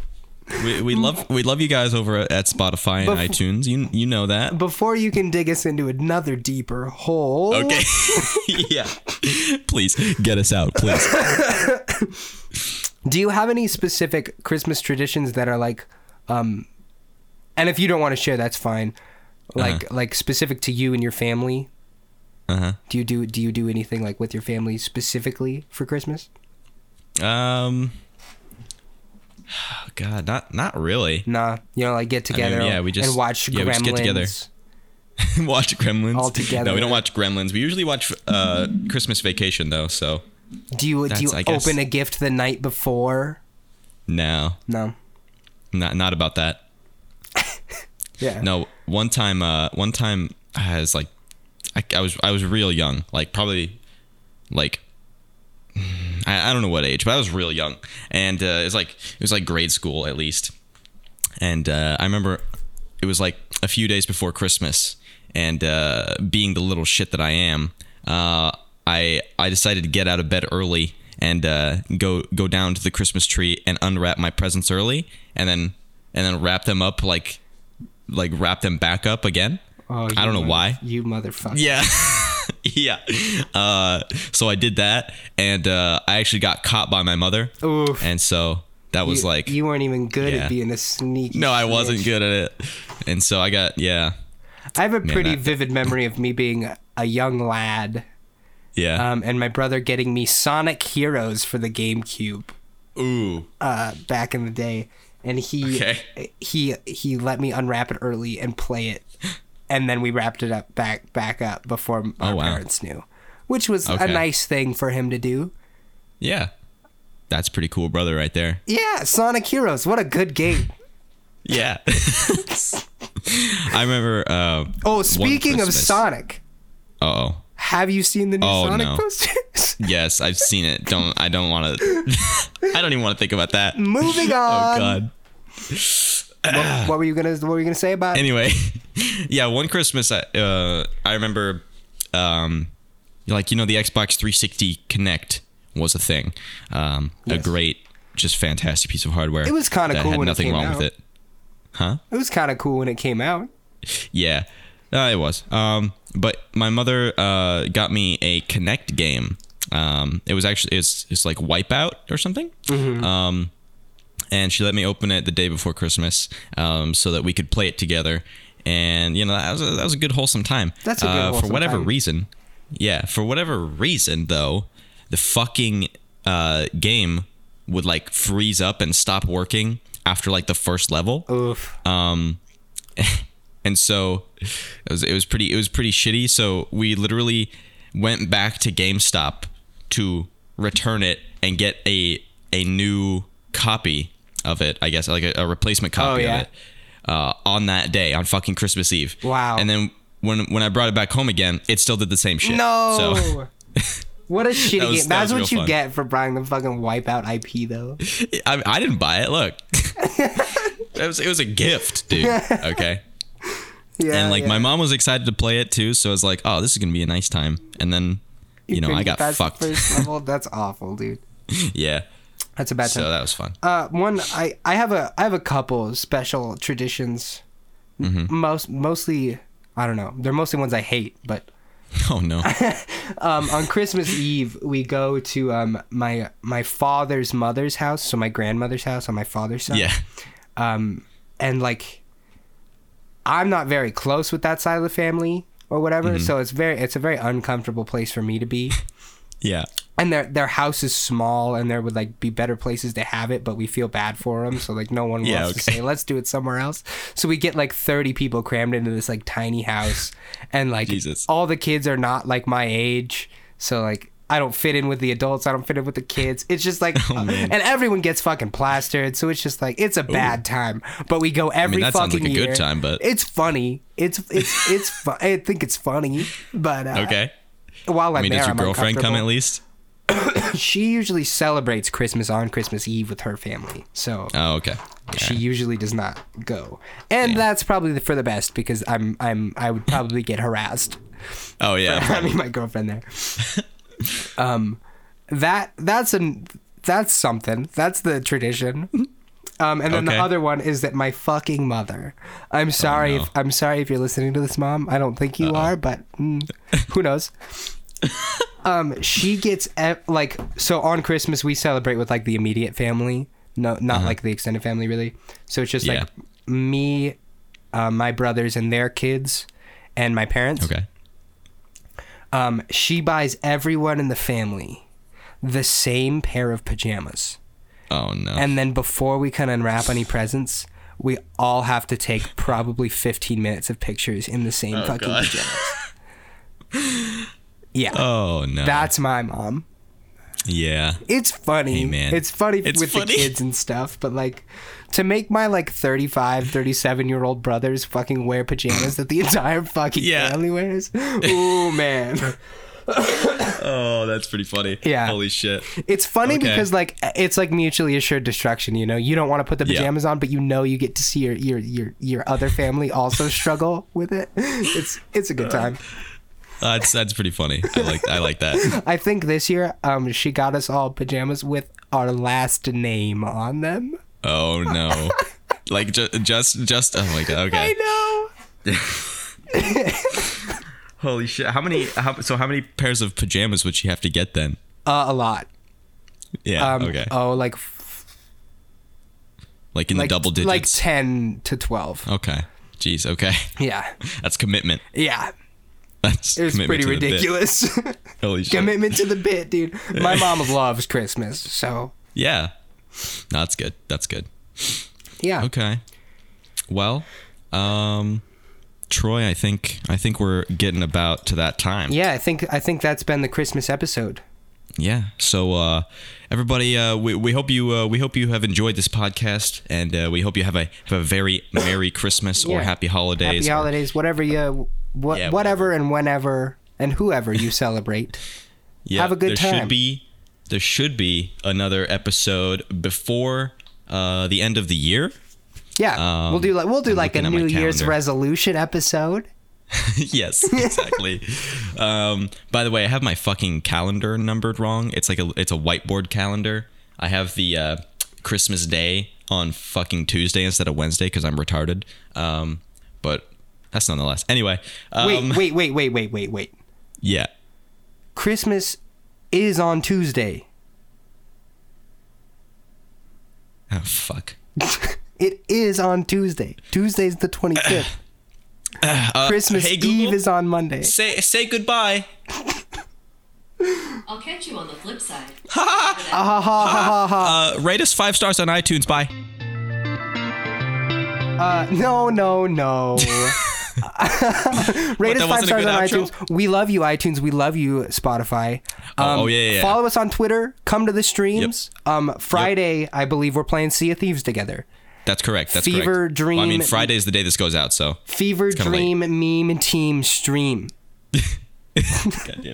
[SPEAKER 1] We, we love we love you guys over at Spotify and iTunes. You you know that.
[SPEAKER 3] Before you can dig us into another deeper hole,
[SPEAKER 1] Okay. yeah. Please get us out, please.
[SPEAKER 3] do you have any specific Christmas traditions that are like, um, and if you don't want to share, that's fine. Like like specific to you and your family.
[SPEAKER 1] Uh-huh.
[SPEAKER 3] Do you do do you do anything like with your family specifically for Christmas?
[SPEAKER 1] Um God, not not really.
[SPEAKER 3] Nah, you know, like get
[SPEAKER 1] mean,
[SPEAKER 3] together.
[SPEAKER 1] yeah, we just-
[SPEAKER 3] and watch
[SPEAKER 1] yeah,
[SPEAKER 3] Gremlins.
[SPEAKER 1] we just get together. watch Gremlins.
[SPEAKER 3] All together.
[SPEAKER 1] No, we don't watch Gremlins. We usually watch uh Christmas Vacation though, so
[SPEAKER 3] Do you do
[SPEAKER 1] That's-
[SPEAKER 3] you
[SPEAKER 1] I guess-
[SPEAKER 3] open a gift the night before?
[SPEAKER 1] no.
[SPEAKER 3] No.
[SPEAKER 1] Not not about that.
[SPEAKER 3] Yeah.
[SPEAKER 1] No, one time, uh, one time, I was like, I, I was, I was real young, like probably, like, I, I don't know what age, but I was real young, and uh, it was like, it was like grade school at least, and uh, I remember it was like a few days before Christmas, and uh, being the little shit that I am, uh, I, I decided to get out of bed early and uh, go, go down to the Christmas tree and unwrap my presents early, and then, and then wrap them up like like wrap them back up again.
[SPEAKER 3] Oh,
[SPEAKER 1] I
[SPEAKER 3] you
[SPEAKER 1] don't know
[SPEAKER 3] mother-
[SPEAKER 1] why.
[SPEAKER 3] You motherfucker.
[SPEAKER 1] Yeah. yeah. Uh, so I did that and uh, I actually got caught by my mother.
[SPEAKER 3] Oof.
[SPEAKER 1] And so that was
[SPEAKER 3] you,
[SPEAKER 1] like
[SPEAKER 3] you weren't even good
[SPEAKER 1] Yeah.
[SPEAKER 3] at being a sneaky.
[SPEAKER 1] No, I
[SPEAKER 3] snitch.
[SPEAKER 1] wasn't good at it. And so I got yeah.
[SPEAKER 3] I have a pretty
[SPEAKER 1] that-
[SPEAKER 3] vivid memory of me being a young lad,
[SPEAKER 1] Yeah.
[SPEAKER 3] um, and my brother getting me Sonic Heroes for the GameCube
[SPEAKER 1] Ooh.
[SPEAKER 3] uh, back in the day, and he
[SPEAKER 1] Okay.
[SPEAKER 3] he he let me unwrap it early and play it, and then we wrapped it up back back up before our
[SPEAKER 1] Oh, wow.
[SPEAKER 3] parents knew, which was a
[SPEAKER 1] Okay.
[SPEAKER 3] nice thing for him to do.
[SPEAKER 1] Yeah. That's pretty cool brother right there.
[SPEAKER 3] Yeah, Sonic Heroes, what a good game.
[SPEAKER 1] Yeah. I remember uh
[SPEAKER 3] Oh, speaking of
[SPEAKER 1] Christmas.
[SPEAKER 3] Sonic,
[SPEAKER 1] oh.
[SPEAKER 3] have you seen the new
[SPEAKER 1] Oh,
[SPEAKER 3] Sonic
[SPEAKER 1] no.
[SPEAKER 3] posters?
[SPEAKER 1] Yes, I've seen it. Don't I don't want to I don't even want to think about that. Oh
[SPEAKER 3] Moving on.
[SPEAKER 1] god.
[SPEAKER 3] What were you gonna What were you gonna say about?
[SPEAKER 1] anyway, yeah, one Christmas I uh, I remember um like you know the Xbox 360 Connect was a thing. Um a great just fantastic piece of hardware. It
[SPEAKER 3] was kinda cool
[SPEAKER 1] had
[SPEAKER 3] when it
[SPEAKER 1] nothing
[SPEAKER 3] came
[SPEAKER 1] wrong
[SPEAKER 3] out.
[SPEAKER 1] with it.
[SPEAKER 3] It was kind of cool when it came out.
[SPEAKER 1] Yeah. Uh, it was. Um but my mother uh got me a Connect game. Um it was actually it's it's like Wipeout or something.
[SPEAKER 3] Mm-hmm.
[SPEAKER 1] Um and she let me open it the day before Christmas, um, so that we could play it together. And you know that was a, that was a good wholesome time.
[SPEAKER 3] That's a good
[SPEAKER 1] uh, for
[SPEAKER 3] wholesome
[SPEAKER 1] whatever
[SPEAKER 3] time.
[SPEAKER 1] reason. Yeah, for whatever reason though, the fucking uh, game would like freeze up and stop working after like the first level
[SPEAKER 3] Oof.
[SPEAKER 1] um and so it was it was pretty it was pretty shitty so we literally went back to GameStop to return it and get a a new copy of it I guess like a, a replacement copy
[SPEAKER 3] Oh, yeah.
[SPEAKER 1] of it uh, on that day on fucking Christmas Eve
[SPEAKER 3] Wow.
[SPEAKER 1] and then when when I brought it back home again it still did the same shit
[SPEAKER 3] No.
[SPEAKER 1] so
[SPEAKER 3] What a shitty
[SPEAKER 1] That was-
[SPEAKER 3] game.
[SPEAKER 1] that
[SPEAKER 3] That's
[SPEAKER 1] was real
[SPEAKER 3] what you
[SPEAKER 1] fun.
[SPEAKER 3] get for buying the fucking Wipeout IP, though.
[SPEAKER 1] I, I didn't buy it look it was it was a gift dude okay
[SPEAKER 3] Yeah.
[SPEAKER 1] and like
[SPEAKER 3] yeah.
[SPEAKER 1] my mom was excited to play it too so i was like oh this is gonna be a nice time and then you, know
[SPEAKER 3] couldn't
[SPEAKER 1] i
[SPEAKER 3] get
[SPEAKER 1] got
[SPEAKER 3] past the
[SPEAKER 1] fucked
[SPEAKER 3] First level. That's awful, dude.
[SPEAKER 1] yeah
[SPEAKER 3] That's a bad
[SPEAKER 1] so
[SPEAKER 3] time.
[SPEAKER 1] that was fun
[SPEAKER 3] uh, one, I, I have a I have a couple of special traditions.
[SPEAKER 1] Mm-hmm.
[SPEAKER 3] M- Most mostly, I don't know. They're mostly ones I hate, but
[SPEAKER 1] oh no
[SPEAKER 3] um, on Christmas Eve we go to um, my my father's mother's house, so my grandmother's house on my father's side.
[SPEAKER 1] yeah
[SPEAKER 3] um, and like I'm not very close with that side of the family or whatever, so it's very it's a very uncomfortable place for me to be.
[SPEAKER 1] yeah
[SPEAKER 3] and their their house is small and there would like be better places to have it but we feel bad for them so like no one wants
[SPEAKER 1] Yeah,
[SPEAKER 3] to
[SPEAKER 1] okay.
[SPEAKER 3] say let's do it somewhere else so we get like 30 people crammed into this like tiny house and like
[SPEAKER 1] Jesus.
[SPEAKER 3] all the kids are not like my age so like I don't fit in with the adults. I don't fit in with the kids. It's just like,
[SPEAKER 1] Oh, man.
[SPEAKER 3] and everyone gets fucking plastered. So it's just like, it's a bad time. But we go every
[SPEAKER 1] that sounds
[SPEAKER 3] fucking
[SPEAKER 1] like a good
[SPEAKER 3] year.
[SPEAKER 1] time, but-
[SPEAKER 3] it's funny. It's it's it's. Fu- I think it's funny, but uh,
[SPEAKER 1] Okay.
[SPEAKER 3] While I'm
[SPEAKER 1] I mean,
[SPEAKER 3] there,
[SPEAKER 1] does your
[SPEAKER 3] I'm
[SPEAKER 1] girlfriend come
[SPEAKER 3] uncomfortable
[SPEAKER 1] at least?
[SPEAKER 3] she usually celebrates Christmas on Christmas Eve with her family. So
[SPEAKER 1] Oh, okay.
[SPEAKER 3] she usually does not go. And that's probably the, for the best because I'm I'm I would probably get harassed
[SPEAKER 1] Oh yeah.
[SPEAKER 3] having my girlfriend there. um that that's an that's something. That's the tradition. Um, and then
[SPEAKER 1] Okay. Oh,
[SPEAKER 3] the other one is that my fucking mother. I'm sorry.
[SPEAKER 1] no.
[SPEAKER 3] if, I'm sorry if you're listening to this, mom. I don't think you are, but mm, who knows? um, she gets ev- like so on Christmas we celebrate with like the immediate family, no, not
[SPEAKER 1] Mm-hmm.
[SPEAKER 3] like the extended family really. So it's just like me, uh, my brothers and their kids, and my parents.
[SPEAKER 1] Okay.
[SPEAKER 3] Um, she buys everyone in the family the same pair of pajamas.
[SPEAKER 1] Oh no.
[SPEAKER 3] And then before we can unwrap any presents, we all have to take probably 15 minutes of pictures in the same fucking
[SPEAKER 1] Oh, God.
[SPEAKER 3] pajamas. yeah.
[SPEAKER 1] oh no.
[SPEAKER 3] That's my mom.
[SPEAKER 1] yeah.
[SPEAKER 3] It's funny.
[SPEAKER 1] Hey, man.
[SPEAKER 3] It's funny
[SPEAKER 1] It's
[SPEAKER 3] with the
[SPEAKER 1] funny.
[SPEAKER 3] kids and stuff, but like to make my like 35, 37 year old brothers fucking wear pajamas that the entire fucking
[SPEAKER 1] Yeah.
[SPEAKER 3] family wears. Ooh, man.
[SPEAKER 1] Oh, that's pretty funny.
[SPEAKER 3] Yeah.
[SPEAKER 1] Holy shit.
[SPEAKER 3] It's funny
[SPEAKER 1] Okay.
[SPEAKER 3] because like it's like mutually assured destruction. You know, you don't want to put the
[SPEAKER 1] Yeah.
[SPEAKER 3] pajamas on, but you know you get to see your your your your other family also struggle with it. It's it's a good time.
[SPEAKER 1] Uh, that's that's pretty funny. I like I like that.
[SPEAKER 3] I think this year, um, she got us all pajamas with our last name on them.
[SPEAKER 1] Oh no. Like ju- just just oh my god. Okay.
[SPEAKER 3] I
[SPEAKER 1] Holy shit! How many? How, so how many pairs of pajamas would she have to get then?
[SPEAKER 3] know uh, a lot.
[SPEAKER 1] Yeah.
[SPEAKER 3] Um,
[SPEAKER 1] okay.
[SPEAKER 3] Oh, like
[SPEAKER 1] like in
[SPEAKER 3] like
[SPEAKER 1] the double
[SPEAKER 3] like
[SPEAKER 1] digits.
[SPEAKER 3] ten to twelve.
[SPEAKER 1] okay. Jeez. Okay.
[SPEAKER 3] Yeah,
[SPEAKER 1] That's commitment.
[SPEAKER 3] yeah.
[SPEAKER 1] That's
[SPEAKER 3] It was
[SPEAKER 1] commitment
[SPEAKER 3] pretty
[SPEAKER 1] to the bit.
[SPEAKER 3] ridiculous.
[SPEAKER 1] Holy shit.
[SPEAKER 3] Commitment to the bit, dude. My mom loves Christmas, so
[SPEAKER 1] Yeah. No, that's good. That's good.
[SPEAKER 3] yeah.
[SPEAKER 1] Okay. Well, um, Troy, I think I think we're getting about to that time.
[SPEAKER 3] Yeah, I think I think that's been the Christmas episode.
[SPEAKER 1] Yeah. So uh, everybody, uh, we, we hope you uh, we hope you have enjoyed this podcast, and uh, we hope you have a have a very merry Christmas or
[SPEAKER 3] Yeah.
[SPEAKER 1] happy holidays.
[SPEAKER 3] Happy
[SPEAKER 1] or-
[SPEAKER 3] holidays, whatever you, what,
[SPEAKER 1] Yeah,
[SPEAKER 3] whatever and whenever and whoever you celebrate.
[SPEAKER 1] Yeah,
[SPEAKER 3] Have a good
[SPEAKER 1] there
[SPEAKER 3] time.
[SPEAKER 1] Should be, there should be another episode before uh, the end of the year.
[SPEAKER 3] Yeah,
[SPEAKER 1] Um,
[SPEAKER 3] we'll do like we'll do
[SPEAKER 1] I'm
[SPEAKER 3] like a
[SPEAKER 1] looking at my
[SPEAKER 3] New Year's
[SPEAKER 1] calendar.
[SPEAKER 3] resolution episode.
[SPEAKER 1] yes, exactly. um, by the way, I have my fucking calendar numbered wrong. It's like a it's a whiteboard calendar. I have the uh, Christmas Day on fucking Tuesday instead of Wednesday because I'm retarded. Um, but that's nonetheless. Anyway,
[SPEAKER 3] Wait,
[SPEAKER 1] um,
[SPEAKER 3] wait, wait, wait, wait, wait, wait.
[SPEAKER 1] yeah.
[SPEAKER 3] Christmas is on Tuesday.
[SPEAKER 1] Oh fuck.
[SPEAKER 3] It is on Tuesday. Tuesday's the twenty fifth. Christmas
[SPEAKER 1] Uh, hey, Google?
[SPEAKER 3] Eve is on Monday.
[SPEAKER 1] Say say goodbye.
[SPEAKER 2] I'll catch you on the flip side.
[SPEAKER 1] Uh, rate us five stars on iTunes. Bye.
[SPEAKER 3] Uh, no, no, no. Rate
[SPEAKER 1] What,
[SPEAKER 3] us
[SPEAKER 1] that
[SPEAKER 3] five
[SPEAKER 1] wasn't a
[SPEAKER 3] stars
[SPEAKER 1] good
[SPEAKER 3] on
[SPEAKER 1] outro?
[SPEAKER 3] iTunes. We love you, iTunes. We love you, Spotify. Um,
[SPEAKER 1] oh, yeah, yeah, yeah.
[SPEAKER 3] Follow us on Twitter. Come to the streams. Um, Friday, I believe we're playing Sea of Thieves together.
[SPEAKER 1] That's correct. That's
[SPEAKER 3] Fever
[SPEAKER 1] correct. Well, I mean,
[SPEAKER 3] dream-
[SPEAKER 1] Friday is the day this goes out, so
[SPEAKER 3] Fever
[SPEAKER 1] kinda late.
[SPEAKER 3] Dream Meme Team Stream.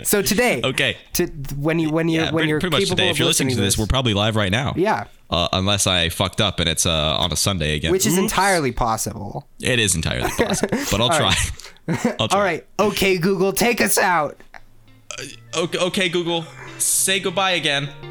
[SPEAKER 3] So today,
[SPEAKER 1] Okay.
[SPEAKER 3] to, when you when you
[SPEAKER 1] Yeah,
[SPEAKER 3] when
[SPEAKER 1] pretty,
[SPEAKER 3] you're
[SPEAKER 1] pretty much
[SPEAKER 3] capable
[SPEAKER 1] today.
[SPEAKER 3] of
[SPEAKER 1] If you're listening to this, we're probably live right now.
[SPEAKER 3] Yeah.
[SPEAKER 1] Uh, unless I fucked up and it's uh, on a Sunday again,
[SPEAKER 3] which is
[SPEAKER 1] Ooh.
[SPEAKER 3] entirely possible.
[SPEAKER 1] it is entirely possible. But I'll try. I'll try.
[SPEAKER 3] All right, okay, Google, take us out.
[SPEAKER 1] Okay, okay, Google, say goodbye again.